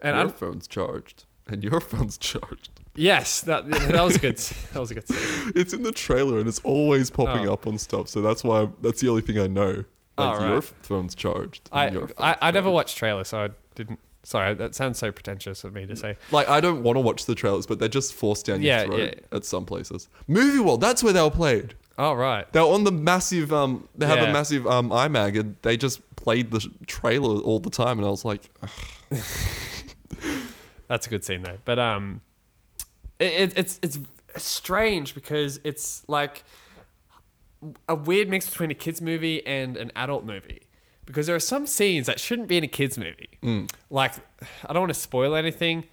And
your
I'm,
phone's charged, and your phone's charged.
yes, that, that was good. that was a good. Scene.
It's in the trailer, and it's always popping
Oh.
up on stuff. So that's why that's the only thing I know. Like
Oh, right.
your phone's charged. and
I,
your phone's
I I never
charged.
watched trailers, so I didn't. Sorry, that sounds so pretentious of me to say.
Like I don't want to watch the trailers, but they're just forced down your
Yeah,
throat
yeah.
at some places. Movie World, that's where they were played.
All right.
They were on the massive. Um, they have
Yeah.
a massive um iMag, and they just played the sh- trailer all the time. And I was like,
That's a good scene though. But um, it, it, it's it's strange because it's like a weird mix between a kids movie and an adult movie because there are some scenes that shouldn't be in a kids movie. Like I don't want to spoil anything,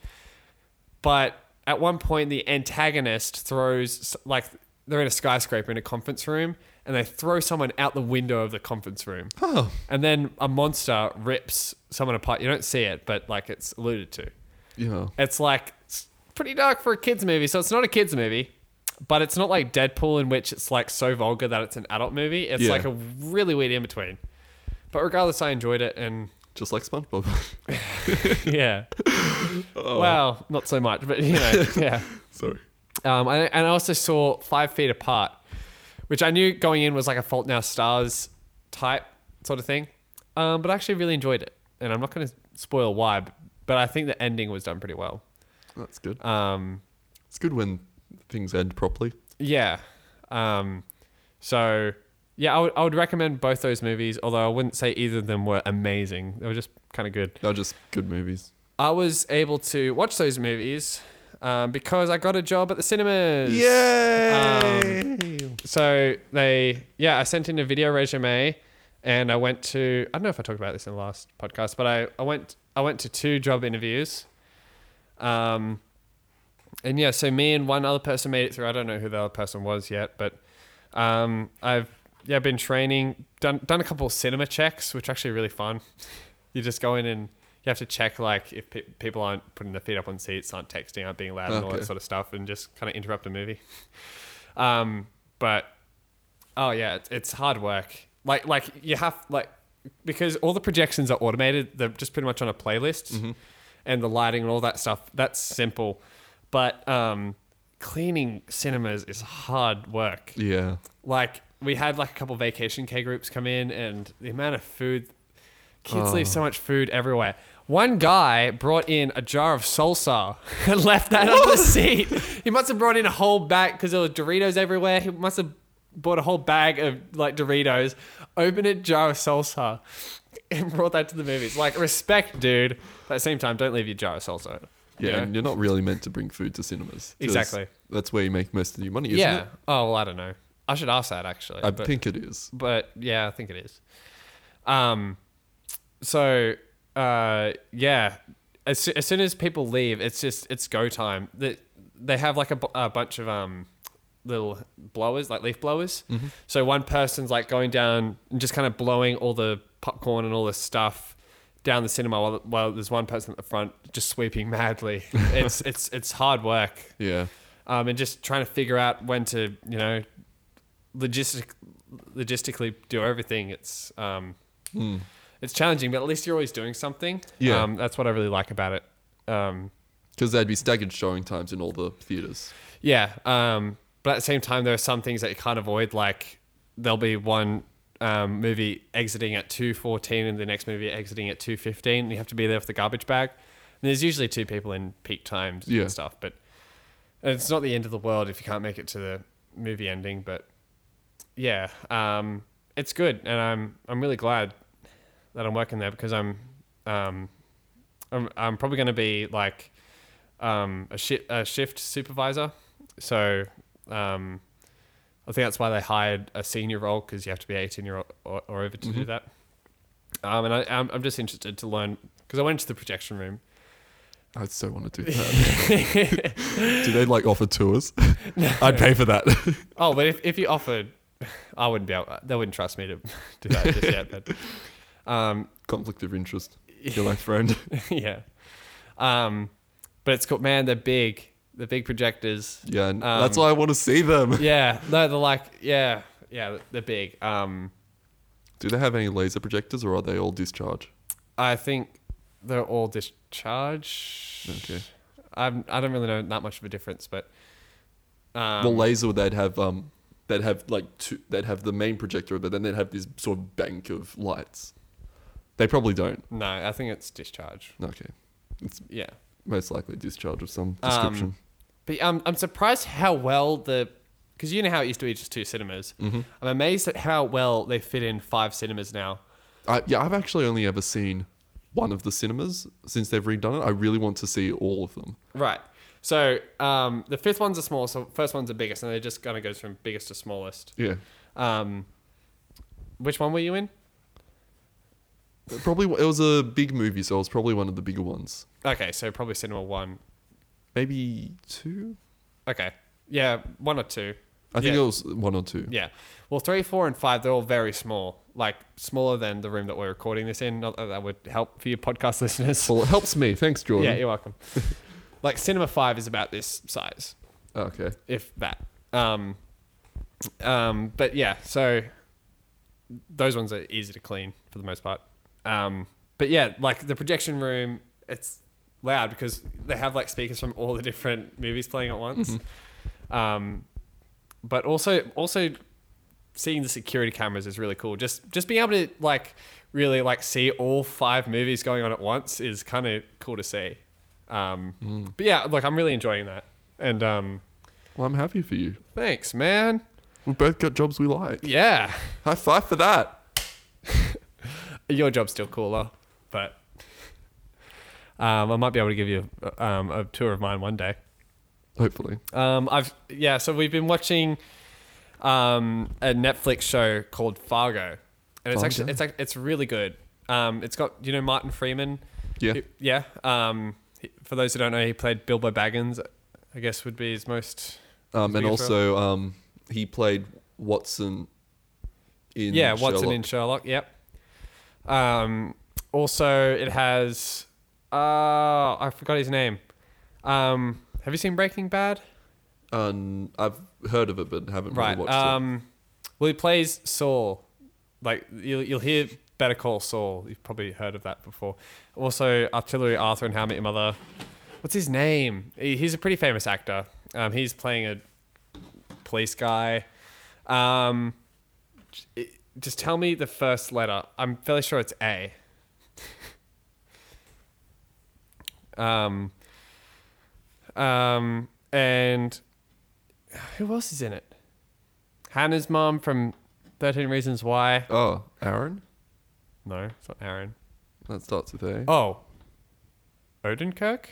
but at one point the antagonist throws like they're in a skyscraper in a conference room and they throw someone out the window of the conference room.
oh,
And then a monster rips someone apart. You don't see it, but like it's alluded to.
you know,
It's like it's pretty dark for a kids movie, so it's not a kids movie, but it's not like Deadpool in which it's like so vulgar that it's an adult movie. It's
Yeah.
like a really weird in between. But regardless, I enjoyed it, and
just like SpongeBob.
yeah, well, not so much, but you know, yeah.
Sorry.
Um, I, and I also saw Five Feet Apart, which I knew going in was like a Fault in Our Stars type sort of thing, um, but I actually really enjoyed it, and I'm not going to spoil why, but, but I think the ending was done pretty well.
That's good.
Um,
It's good when things end properly.
Yeah. Um, so yeah, I would, I would recommend both those movies, although I wouldn't say either of them were amazing. They were just kind of good.
They're just good movies.
I was able to watch those movies um, because I got a job at the cinemas. Um, So they, yeah, I sent in a video resume, and I went to. I don't know if I talked about this in the last podcast, but I, I went I went to two job interviews. Um, and yeah, so me and one other person made it through. I don't know who the other person was yet, but um, I've yeah been training, done done a couple of cinema checks, which are actually really fun. You just go in and you have to check like if pe- people aren't putting their feet up on seats, aren't texting, aren't being loud, and all
Okay.
that sort of stuff, and just kind of interrupt a movie. Um, but oh yeah, it's, it's hard work. Like like you have like because all the projections are automated. They're just pretty much on a playlist, and the lighting and all that stuff. That's simple, but um, cleaning cinemas is hard work.
Yeah.
Like we had like a couple vacation K groups come in, and the amount of food kids leave
Oh.
so much food everywhere. One guy brought in a jar of salsa and left that on the seat. He must have brought in a whole bag because there were Doritos everywhere. He must have bought a whole bag of like Doritos, opened a jar of salsa, and brought that to the movies. Like respect, dude. But at the same time, don't leave your jar of salsa. you
Yeah,
know?
and you're not really meant to bring food to cinemas. 'cause
Exactly.
That's where you make most of your money, isn't
Yeah.
it?
Oh well, I don't know. I should ask that actually.
I
but-
think it is.
but yeah, I think it is. Um, so uh, yeah, as, soo- as soon as people leave, it's just it's go time. They, they have like a, bu- a bunch of um little blowers, like leaf blowers. So one person's like going down and just kind of blowing all the popcorn and all this stuff down the cinema while, while there's one person at the front just sweeping madly. it's it's it's hard work
Yeah.
um, and just trying to figure out when to you know logistic logistically do everything it's um, it's challenging but at least you're always doing something
Yeah.
um, that's what I really like about it um,
Because there'd be staggered showing times in all the theaters.
yeah um, but at the same time there are some things that you can't avoid like there'll be one um, movie exiting at 2.14 and the next movie exiting at 2.15 and you have to be there with the garbage bag and there's usually two people in peak times
Yeah.
and stuff but And it's not the end of the world if you can't make it to the movie ending, but yeah, um, it's good, and I'm I'm really glad that I'm working there because I'm um, I'm, I'm probably going to be like um, a, shi- a shift supervisor, so um, I I think that's why they hired a senior role because you have to be 18 year old or, or over to do that. Um, and I, I'm, I'm just interested to learn because I went into the projection room.
I so want to do that. do they like offer tours? I'd pay for that.
Oh, but if, if you offered, I wouldn't be able. They wouldn't trust me to do that just yet. But um,
Conflict of interest. You're my friend.
yeah, um, but it's called man. They're big. They're big projectors.
Yeah, and
Um,
that's why I want to see them.
Yeah, no, they're like yeah, yeah, they're big. Um,
Do they have any laser projectors or are they all discharge?
I think they're all discharged.
Okay.
I'm. I don't really know that much of a difference, but um,
well, laser they'd have um they'd have like two they'd have the main projector, but then they'd have this sort of bank of lights. They probably don't.
no, I think it's discharge.
Okay, it's
Yeah.
most likely discharge of some
Um,
description.
But um, I'm surprised how well the because you know how it used to be just two cinemas. Mm-hmm. I'm amazed at how well they fit in five cinemas now.
I, yeah, I've actually only ever seen one of the cinemas since they've redone it. I really want to see all of them.
Right. So um, the fifth one's the smallest. So first one's the biggest, and they just kind of goes from biggest to smallest.
Yeah,
Um, which one were you in?
probably it was a big movie, so it was probably one of the bigger ones.
Okay, so probably cinema one.
Maybe two.
Okay, yeah, one or two.
I think
Yeah.
it was one or two.
Yeah. Well, three, four, and five, they're all very small, like smaller than the room that we're recording this in. Not that that would help for your podcast listeners.
Well, um, it helps me. Thanks,
Yeah,
Jordan.
you're welcome. like cinema five is about this size,
Okay.
if that. Um, um, but yeah, so those ones are easy to clean for the most part. Um, but yeah, like the projection room, it's loud because they have like speakers from all the different movies playing at once. Um, but also, also seeing the security cameras is really cool. Just just being able to like really like see all five movies going on at once is kind of cool to see. Um, But yeah, look, I'm really enjoying that. And um,
Well, I'm happy for you.
thanks, man.
We both got jobs we like.
Yeah,
High five for that.
your job's still cooler, but um, I might be able to give you uh, um, a tour of mine one day.
Hopefully.
Um, I've yeah, so we've been watching um, a Netflix show called Fargo, and it's
Fargo?
actually it's ac- it's really good. Um, it's got you know Martin Freeman.
Yeah.
Who- yeah. Um, he- for those who don't know, he played Bilbo Baggins. I guess would be his most
Um, and
Speaking
also, um, he played Watson in
yeah
Sherlock.
Watson in Sherlock. Yep. Um, also, it has uh, I forgot his name. Um, have you seen Breaking Bad?
Um, I've heard of it, but haven't
Right.
really watched
um, Well, he plays Saul. Like you'll you'll hear Better Call Saul. You've probably heard of that before. Also, Artillery Arthur and How I Met Your Mother. What's his name? He- He's a pretty famous actor. Um, he's playing a police guy. Um, j- it- just tell me the first letter. I'm fairly sure it's A. um, um, and who else is in it? Hannah's mom from 13 Reasons Why.
it. Oh, Aaron?
No, it's not Aaron.
That starts with A. Oh,
Oh. Odenkirk?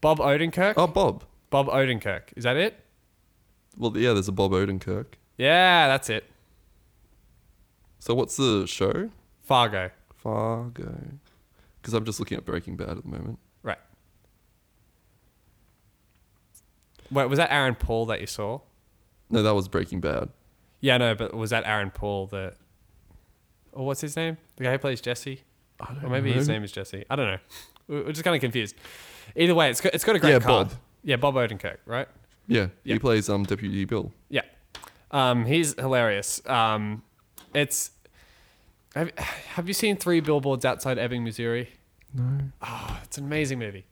Bob Odenkirk?
Oh, Bob.
Bob Odenkirk. Is that it?
Well, yeah, there's a Bob Odenkirk.
Yeah, that's it.
So what's the show?
Fargo.
Fargo. Because I'm just looking at Breaking Bad at the moment.
Right. Wait, was that Aaron Paul that you saw?
No, that was Breaking Bad.
Yeah, no, but was that Aaron Paul that. Or what's his name? The guy who plays Jesse?
I don't
Or maybe his
know.
name is Jesse. I don't know. We- We're just kind of confused. Either way, it's got, it's got a great
Yeah,
card.
Bob.
Yeah, Bob Odenkirk, right?
Yeah,
Yeah.
he plays um Deputy Bill.
Yeah. Um, he's hilarious. Um, it's. Have, have you seen Three Billboards Outside Ebbing, Missouri?
No.
Oh, it's an amazing movie.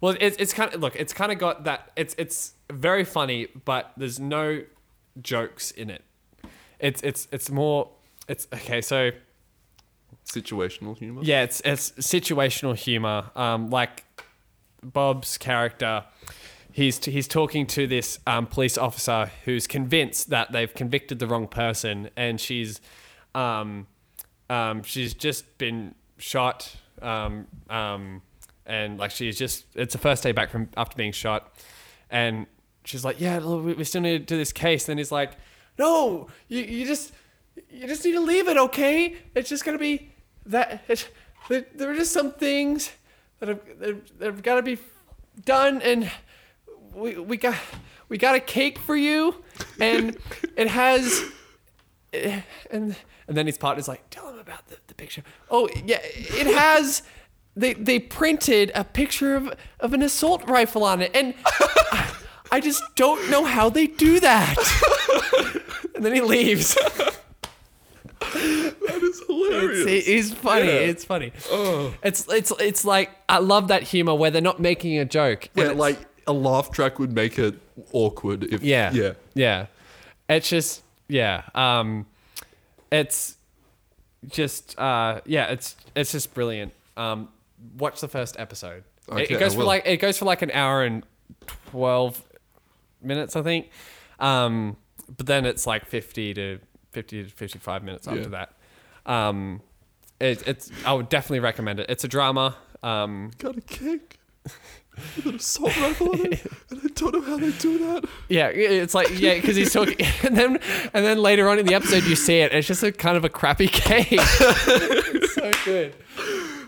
Well, it's it's kind of look, it's kind of got that. It's it's very funny, but there's no jokes in it. It's it's it's more. It's okay. So
Situational humor.
yeah, it's it's situational humor. Um, like Bob's character, he's he's talking to this um, police officer who's convinced that they've convicted the wrong person, and she's um, um, she's just been shot, um, um, and like she's just it's the first day back from after being shot, and she's like, yeah, look, we we still need to do this case. Then he's like, no, you, you just you just need to leave it, okay? It's just gonna be that. It, there, there are just some things that have that have got to be done, and we we got we got a cake for you, and it has eh, and and then his partner's like, tell him about the, the picture. Oh yeah, it has. They they printed a picture of of an assault rifle on it, and I, I just don't know how they do that. and then he leaves.
That is
It's,
hilarious.
it's funny.
Yeah.
It's funny.
Oh.
It's it's it's like I love that humor where they're not making a joke. and
Yeah,
it's-
like a laugh track would make it awkward if
Yeah.
yeah.
Yeah. It's just yeah. Um it's just uh yeah, it's it's just brilliant. Um watch the first episode. It- it,
Okay, I
goes for
will.
like it goes for like an hour and 12 minutes I think. Um but then it's like 50 to 50 to 55 minutes after
Yeah.
that. Um it, it's I would definitely recommend it. It's a drama. Um
Got a cake with an assault rifle on it, and I don't know how they do that.
Yeah, it's like yeah, because he's talking, and then and then later on in the episode you see it. It's just a kind of a crappy cake. it's so good,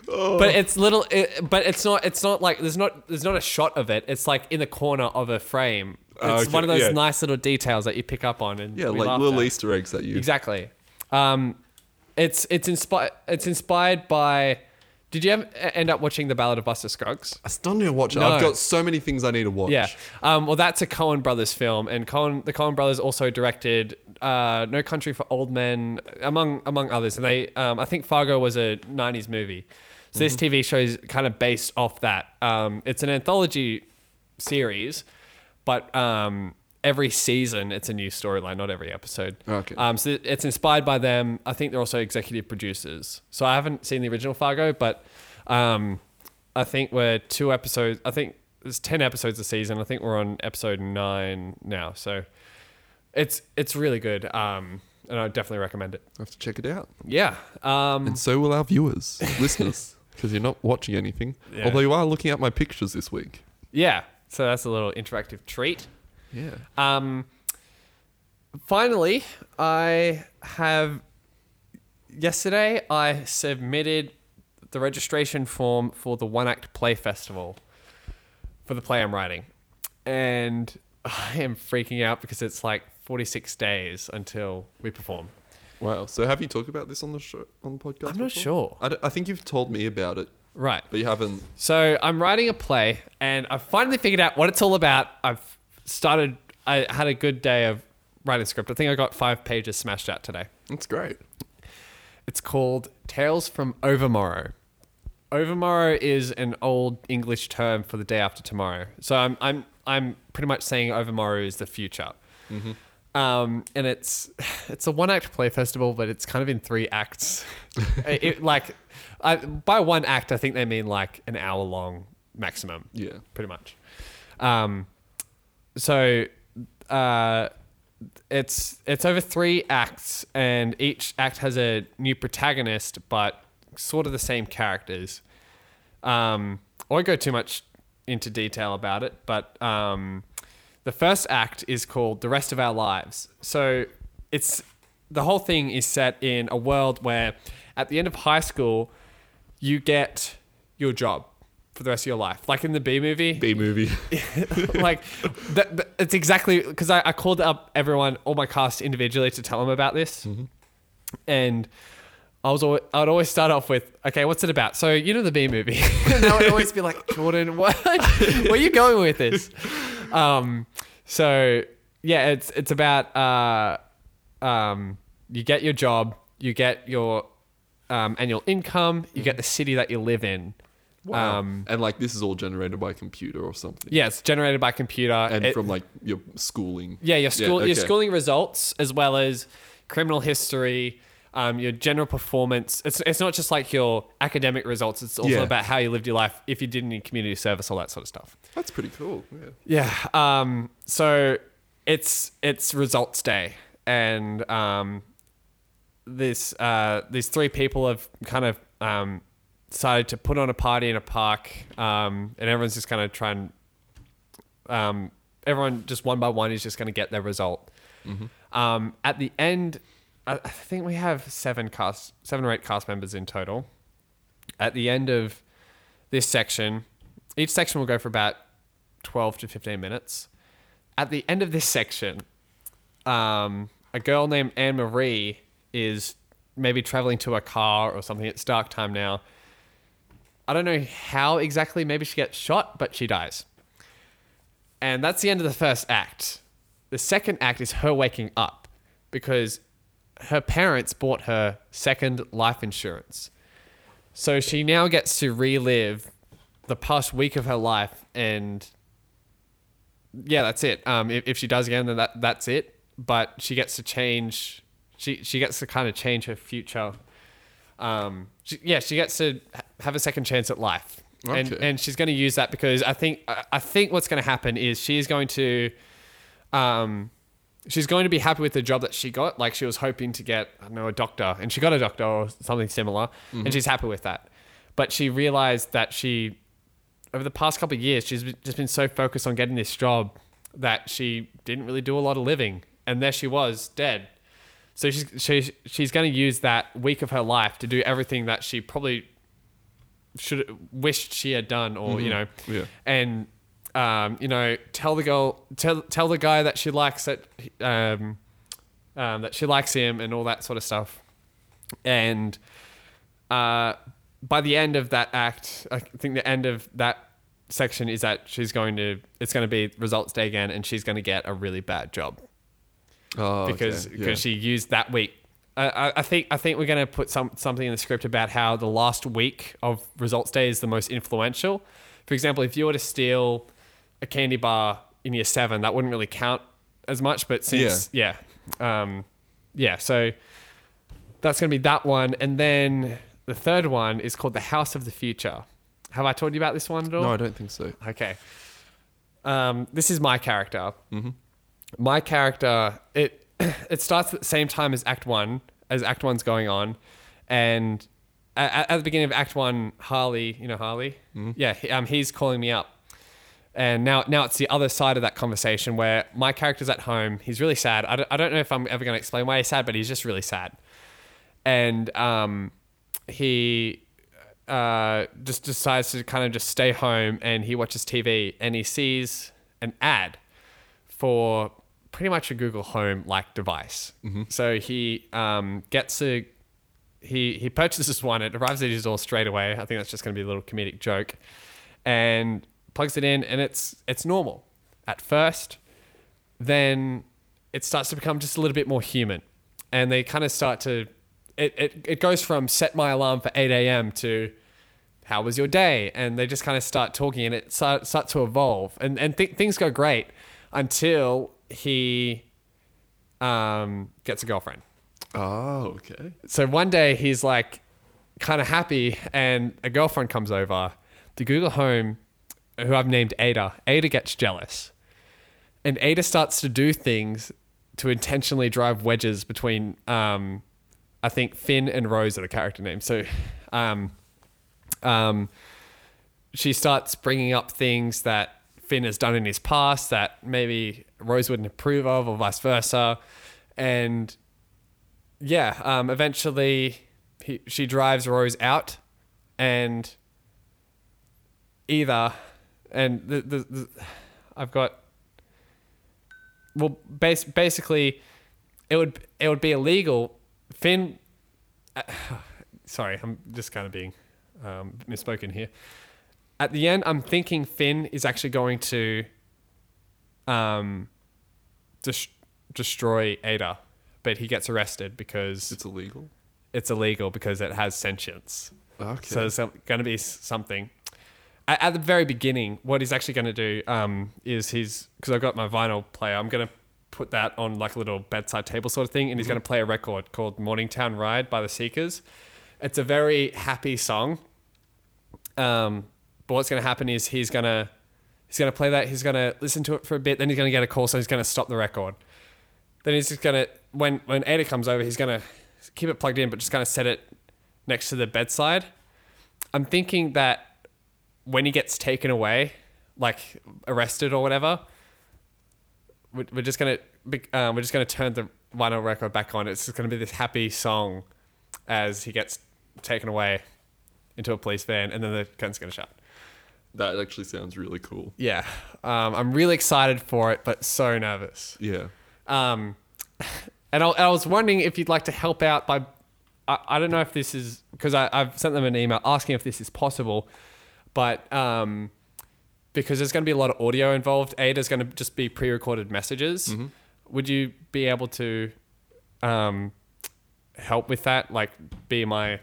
Oh.
but it's little. It, but it's not. It's not like there's not there's not a shot of it. It's like in the corner of a frame. It's
Ah, okay,
one of those
yeah.
nice little details that you pick up on and
Yeah,
we
like
laughed
little
at.
Easter eggs that you.
Exactly. Um, it's it's inspired. It's inspired by. Did you ever e-, end up watching the Ballad of Buster Scruggs?
I still need to watch it.
No.
I've got so many things I need to watch.
Yeah. Um, well, that's a Coen Brothers film, and Coen the Coen Brothers also directed uh, No Country for Old Men, among among others. And they, um, I think Fargo was a '90s movie, so this TV show is kind of based off that. Um, it's an anthology series, but um, every season it's a new storyline, not every episode.
Okay.
Um, so it's inspired by them. I think they're also executive producers. So I haven't seen the original Fargo, but um, I think we're two episodes. I think there's ten episodes a season. I think we're on episode nine now. So it's it's really good. Um, and I definitely recommend it.
I have to check it out.
Yeah. Um,
And so will our viewers, listeners, because you're not watching anything.
Yeah.
Although you are looking at my pictures this week.
yeah. So that's a little interactive treat.
Yeah.
Um, finally, I have. Yesterday, I submitted the registration form for the One Act Play Festival for the play I'm writing. And I am freaking out because it's like 46 days until we perform.
Wow. So have you talked about this on the show, on the podcast?
I'm not
before?
sure.
I, d- I think you've told me about it,
Right.
but you haven't.
So I'm writing a play, and I've finally figured out what it's all about. I've started. I had a good day of writing script. I think I got five pages smashed out today.
It's great.
It's called Tales from Overmorrow. Overmorrow is an old English term for the day after tomorrow. So I'm I'm I'm pretty much saying overmorrow is the future. Um, and it's it's a one act play festival, but it's kind of in three acts. it, it- like I, by one act, I think they mean like an hour long maximum
Yeah.
pretty much. Um, so uh, it's it's over three acts, and each act has a new protagonist, but sort of the same characters. Um, I won't go too much into detail about it, but um, the first act is called "The Rest of Our Lives." So it's the whole thing is set in a world where, at the end of high school, you get your job for the rest of your life, like in the B movie
B movie.
like that, that- it's exactly because I, I called up everyone all my cast individually to tell them about this
Mm-hmm.
and I was always, I'd always start off with okay what's it about so you know the B movie and I would always be like Jordan what where are you going with this um so yeah it's it's about uh um you get your job you get your um, annual income you get the city that you live in
Mm-hmm. Wow.
um
and like this is all generated by computer or something.
yeah it's generated by computer
And
It-
from like your schooling.
Yeah, your school,
okay.
your schooling results as well as criminal history, um, your general performance. It's it's not just like your academic results. It's also
Yeah.
about how you lived your life, if you did any community service, all that sort of stuff.
That's pretty cool. Yeah.
Yeah. Um, so it's it's results day, and um, this uh, these three people have kind of um, decided to put on a party in a park, um, and everyone's just kind of trying um, everyone just one by one is just going to get their result. Um, at the end, I, I think we have seven cast, seven or eight cast members in total. At the end of this section, each section will go for about twelve to fifteen minutes. At the end of this section, um, a girl named Anne Marie is maybe traveling to a car or something. It's dark time now. I don't know how exactly. Maybe she gets shot, but she dies. And that's the end of the first act. The second act is her waking up because her parents bought her second life insurance. So she now gets to relive the past week of her life and yeah, that's it. Um, if, if she does again, then that that's it. But she gets to change. She she gets to kind of change her future. Um, she, yeah, she gets to ha- have a second chance at life, and
Okay.
and she's going to use that because I think I I think what's going to happen is she is going to, um, she's going to be happy with the job that she got. Like she was hoping to get, I don't know, a doctor, and she got a doctor or something similar, and she's happy with that. But she realized that she over the past couple of years, she's been- just been so focused on getting this job that she didn't really do a lot of living, and there she was, dead. So she's she, she's going to use that week of her life to do everything that she probably should wished she had done, or you know,
Yeah.
and um, you know, tell the girl, tell tell the guy that she likes that um, um, that she likes him, and all that sort of stuff, and uh, by the end of that act, I think the end of that section is that she's going to it's going to be results day again, and she's going to get a really bad job
Oh,
because
okay,
because
yeah.
she used that week. I, I- I think I think we're going to put some something in the script about how the last week of results day is the most influential. For example, if you were to steal a candy bar in year seven, that wouldn't really count as much. But since yeah, yeah, um, yeah so that's going to be that one, and then the third one is called the House of the Future. Have I told you about this one at all?
No, I don't think so.
Okay. Um, this is my character. Mm-hmm. My character. It it starts at the same time as Act One, as Act One's going on, and at, at the beginning of Act One, Harley, you know Harley, yeah, he, um, he's calling me up, and now now it's the other side of that conversation where my character's at home. He's really sad. I don't, I don't know if I'm ever going to explain why he's sad, but he's just really sad, and um, he uh, just decides to kind of just stay home and he watches TV and he sees an ad for pretty much a Google Home like device. So he um, gets a he he purchases one. It arrives at his door straight away. I think that's just going to be a little comedic joke, and plugs it in and it's it's normal at first. Then it starts to become just a little bit more human, and they kind of start to. It, it, it goes from set my alarm for 8 a.m. to how was your day? And they just kind of start talking and it start, starts to evolve and, and th- things go great until he um, gets a girlfriend.
Oh, okay.
So one day he's like kind of happy and a girlfriend comes over. The Google Home, who I've named Ada, Ada gets jealous. And Ada starts to do things to intentionally drive wedges between, um, I think, Finn and Rose are the character names. So um, um, she starts bringing up things that Finn has done in his past that maybe Rose wouldn't approve of, or vice versa. And yeah, um, eventually he, she drives Rose out, and either, and the, the, the I've got well, bas- basically, it would it would be illegal. Finn, sorry, I'm just kind of being um, misspoken here. At the end, I'm thinking Finn is actually going to um, des- destroy Ada, but he gets arrested because
It's illegal.
it's illegal because it has sentience.
Okay.
So there's going to be s- something. At, at the very beginning, what he's actually going to do um, is he's because I've got my vinyl player. I'm going to put that on like a little bedside table sort of thing, and he's going to play a record called "Morningtown Ride" by the Seekers. It's a very happy song. Um, but what's going to happen is he's going to he's going to play that. He's going to listen to it for a bit. Then he's going to get a call, so he's going to stop the record. Then he's just going to when when Ada comes over, he's going to keep it plugged in, but just kind of set it next to the bedside. I'm thinking that when he gets taken away, like arrested or whatever, we're, we're just gonna be- uh, we're just gonna turn the vinyl record back on. It's just gonna be this happy song as he gets taken away into a police van, and then the gun's gonna shut.
That actually sounds really cool.
Yeah, um, I'm really excited for it, but so nervous.
Yeah.
Um, and I, I was wondering if you'd like to help out by, I, I don't know if this is because I've sent them an email asking if this is possible, but um, because there's going to be a lot of audio involved, a there's going to just be pre-recorded messages. Would you be able to um, help with that? Like, be my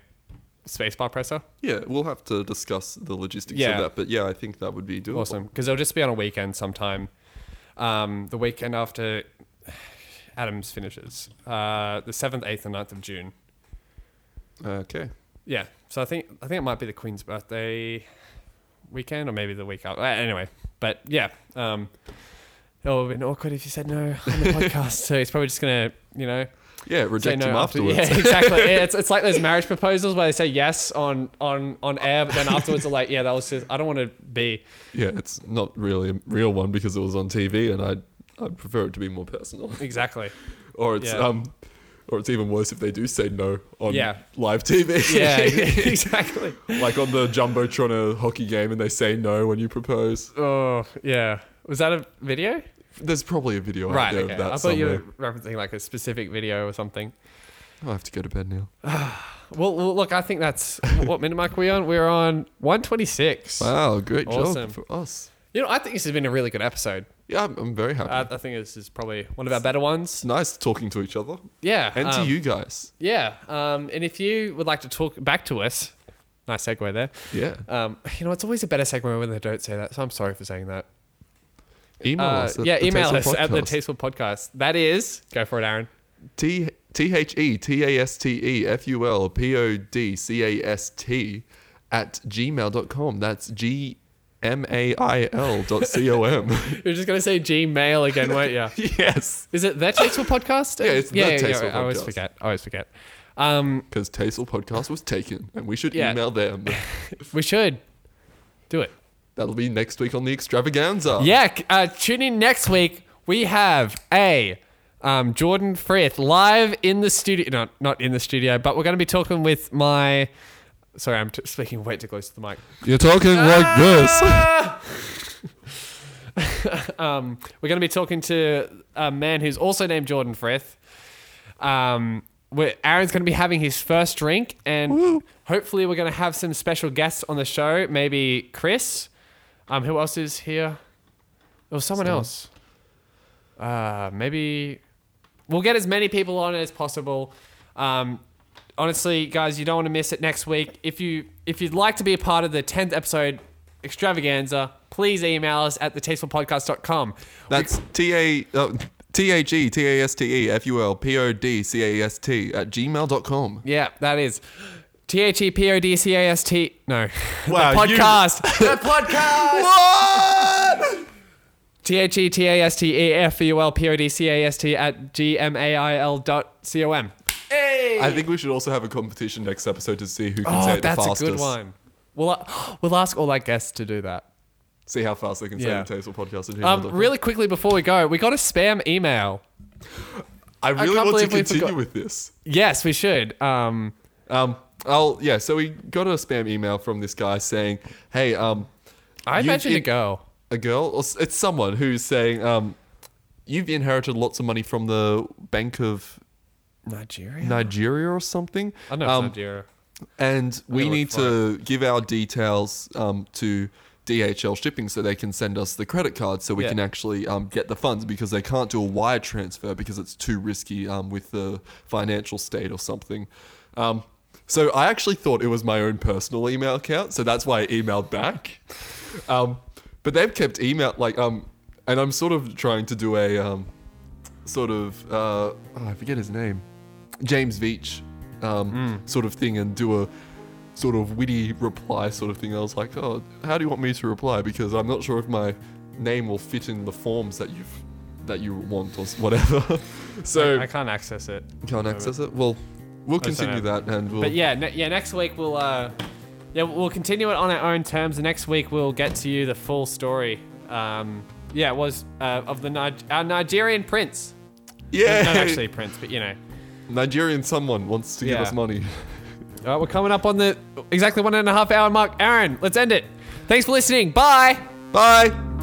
spacebar presser?
Yeah, we'll have to discuss the logistics
Yeah.
of that, but yeah, I think that would be doable.
Awesome. Because they'll just be on a weekend sometime. Um, the weekend after Adams finishes, uh, the seventh, eighth, and 9th of June.
Okay.
Yeah. So I think I think it might be the Queen's birthday weekend, or maybe the week after. Uh, anyway, but yeah, um, it would have been awkward if you said no on the podcast. So he's probably just gonna, you know,
Yeah, reject
say
him
no after-
afterwards.
Yeah, exactly. Yeah, it's, it's like those marriage proposals where they say yes on on on air, but then afterwards they're like, yeah, that was just I don't want to be.
Yeah, it's not really a real one because it was on TV, and I'd I'd prefer it to be more personal.
Exactly.
Or it's
Yeah.
um, or it's even worse if they do say no on
Yeah.
live TV.
Yeah. exactly.
like on the jumbotron at a hockey game, and they say no when you propose.
Oh yeah. Was that a video?
There's probably a video out
right.
there
Okay. I
of that
thought
somewhere.
you were referencing like a specific video or something.
I have to go to bed now.
Well, well, look, I think that's what minute mark we're on. We're on one twenty six.
Wow, great job
Awesome.
for us.
You know, I think this has been a really good episode. Uh,
Yeah, I'm, I'm very happy.
I, I think this is probably one of our better
it's
ones.
nice talking to each other
Yeah.
and
um,
to you guys.
Yeah. Um, and if you would like to talk back to us, nice segue there.
Yeah,
Um, you know, it's always a better segue when they don't say that. So I'm sorry for saying that.
email
Uh,
us. At
yeah,
the
email us
Tasteful
at the
Podcast.
Tasteful Podcast. That is, go for it, Aaron.
T T H E T A S T E F U L P O D C A S T at gmail.com. That's G M A I L dot C O M.
You're just gonna say Gmail again, weren't you?
Yes.
Is it their Tasteful podcast?
Yeah, it's The Tasteful
I always
Podcast.
forget. I always forget. Um,
Because Tasteful Podcast was taken and we should
Yeah.
email them.
we should do it.
That'll be next week on the extravaganza.
Yeah, c- uh, tune in next week. We have a um, Jordan Frith live in the studio. Not not in the studio, but we're going to be talking with my. Sorry, I'm t- speaking way too close to the mic.
You're talking like
Ah!
this.
um, we're going to be talking to a man who's also named Jordan Frith. Um, we're, Aaron's going to be having his first drink, and hopefully, we're going to have some special guests on the show. Maybe Chris. Um, who else is here? Or someone else. Uh, maybe we'll get as many people on as possible. Um, honestly, guys, you don't want to miss it next week. If you if you'd like to be a part of the tenth episode extravaganza, please email us at thetastefulpodcast.com.
That's T A oh, T H E T A S T E F U L P O D C A S T at gmail.com.
Yeah, that is T H E P O D C A S T. No,
Wow,
the
you-
podcast. the podcast.
What?
T H E T A S T E F U L P O D C A S T at G M A I L dot C O M. Hey.
I think we should also have a competition next episode to see who can say
Oh,
it the
that's
fastest.
a good one. We'll, uh, we'll ask all our guests to do that.
See how fast they can
Yeah.
say the Tasteful Podcast. at
Um,
gmail.com.
really quickly before we go, we got a spam email.
I really
can't
want to
believe we
continue
forgot-
with this.
Yes, we should. Um,
Um, I'll yeah. So we got a spam email from this guy saying, "Hey, um,
I
you've
imagine a
in-
girl.
a girl, or s- it's someone who's saying, um, you've inherited lots of money from the Bank of
Nigeria?
Nigeria or something.
I know it's
um,
Nigeria.
and we
look
need
for
to give our details um, to DHL shipping so they can send us the credit card so we
Yeah.
can actually um, get the funds because they can't do a wire transfer because it's too risky um, with the financial state or something. Um, so I actually thought it was my own personal email account, so that's why I emailed back. Um, but they've kept email like um, and I'm sort of trying to do a um, sort of uh, oh, I forget his name, James Veach um,
Hmm.
sort of thing, and do a sort of witty reply sort of thing. I was like, oh, how do you want me to reply? Because I'm not sure if my name will fit in the forms that you've that you want or s- whatever. so
I, I can't access it.
can't access it. Well, we'll
That's
continue that, and we'll
But yeah, ne- yeah. Next week we'll uh, yeah we'll continue it on our own terms. And next week we'll get to you the full story. Um, yeah, it was uh, of the Nige- our Nigerian prince.
Yeah.
Not actually a prince, but you know.
Nigerian someone wants to give
Yeah.
us money.
All right, we're coming up on the exactly one and a half hour mark. Aaron, let's end it. Thanks for listening. Bye.
Bye.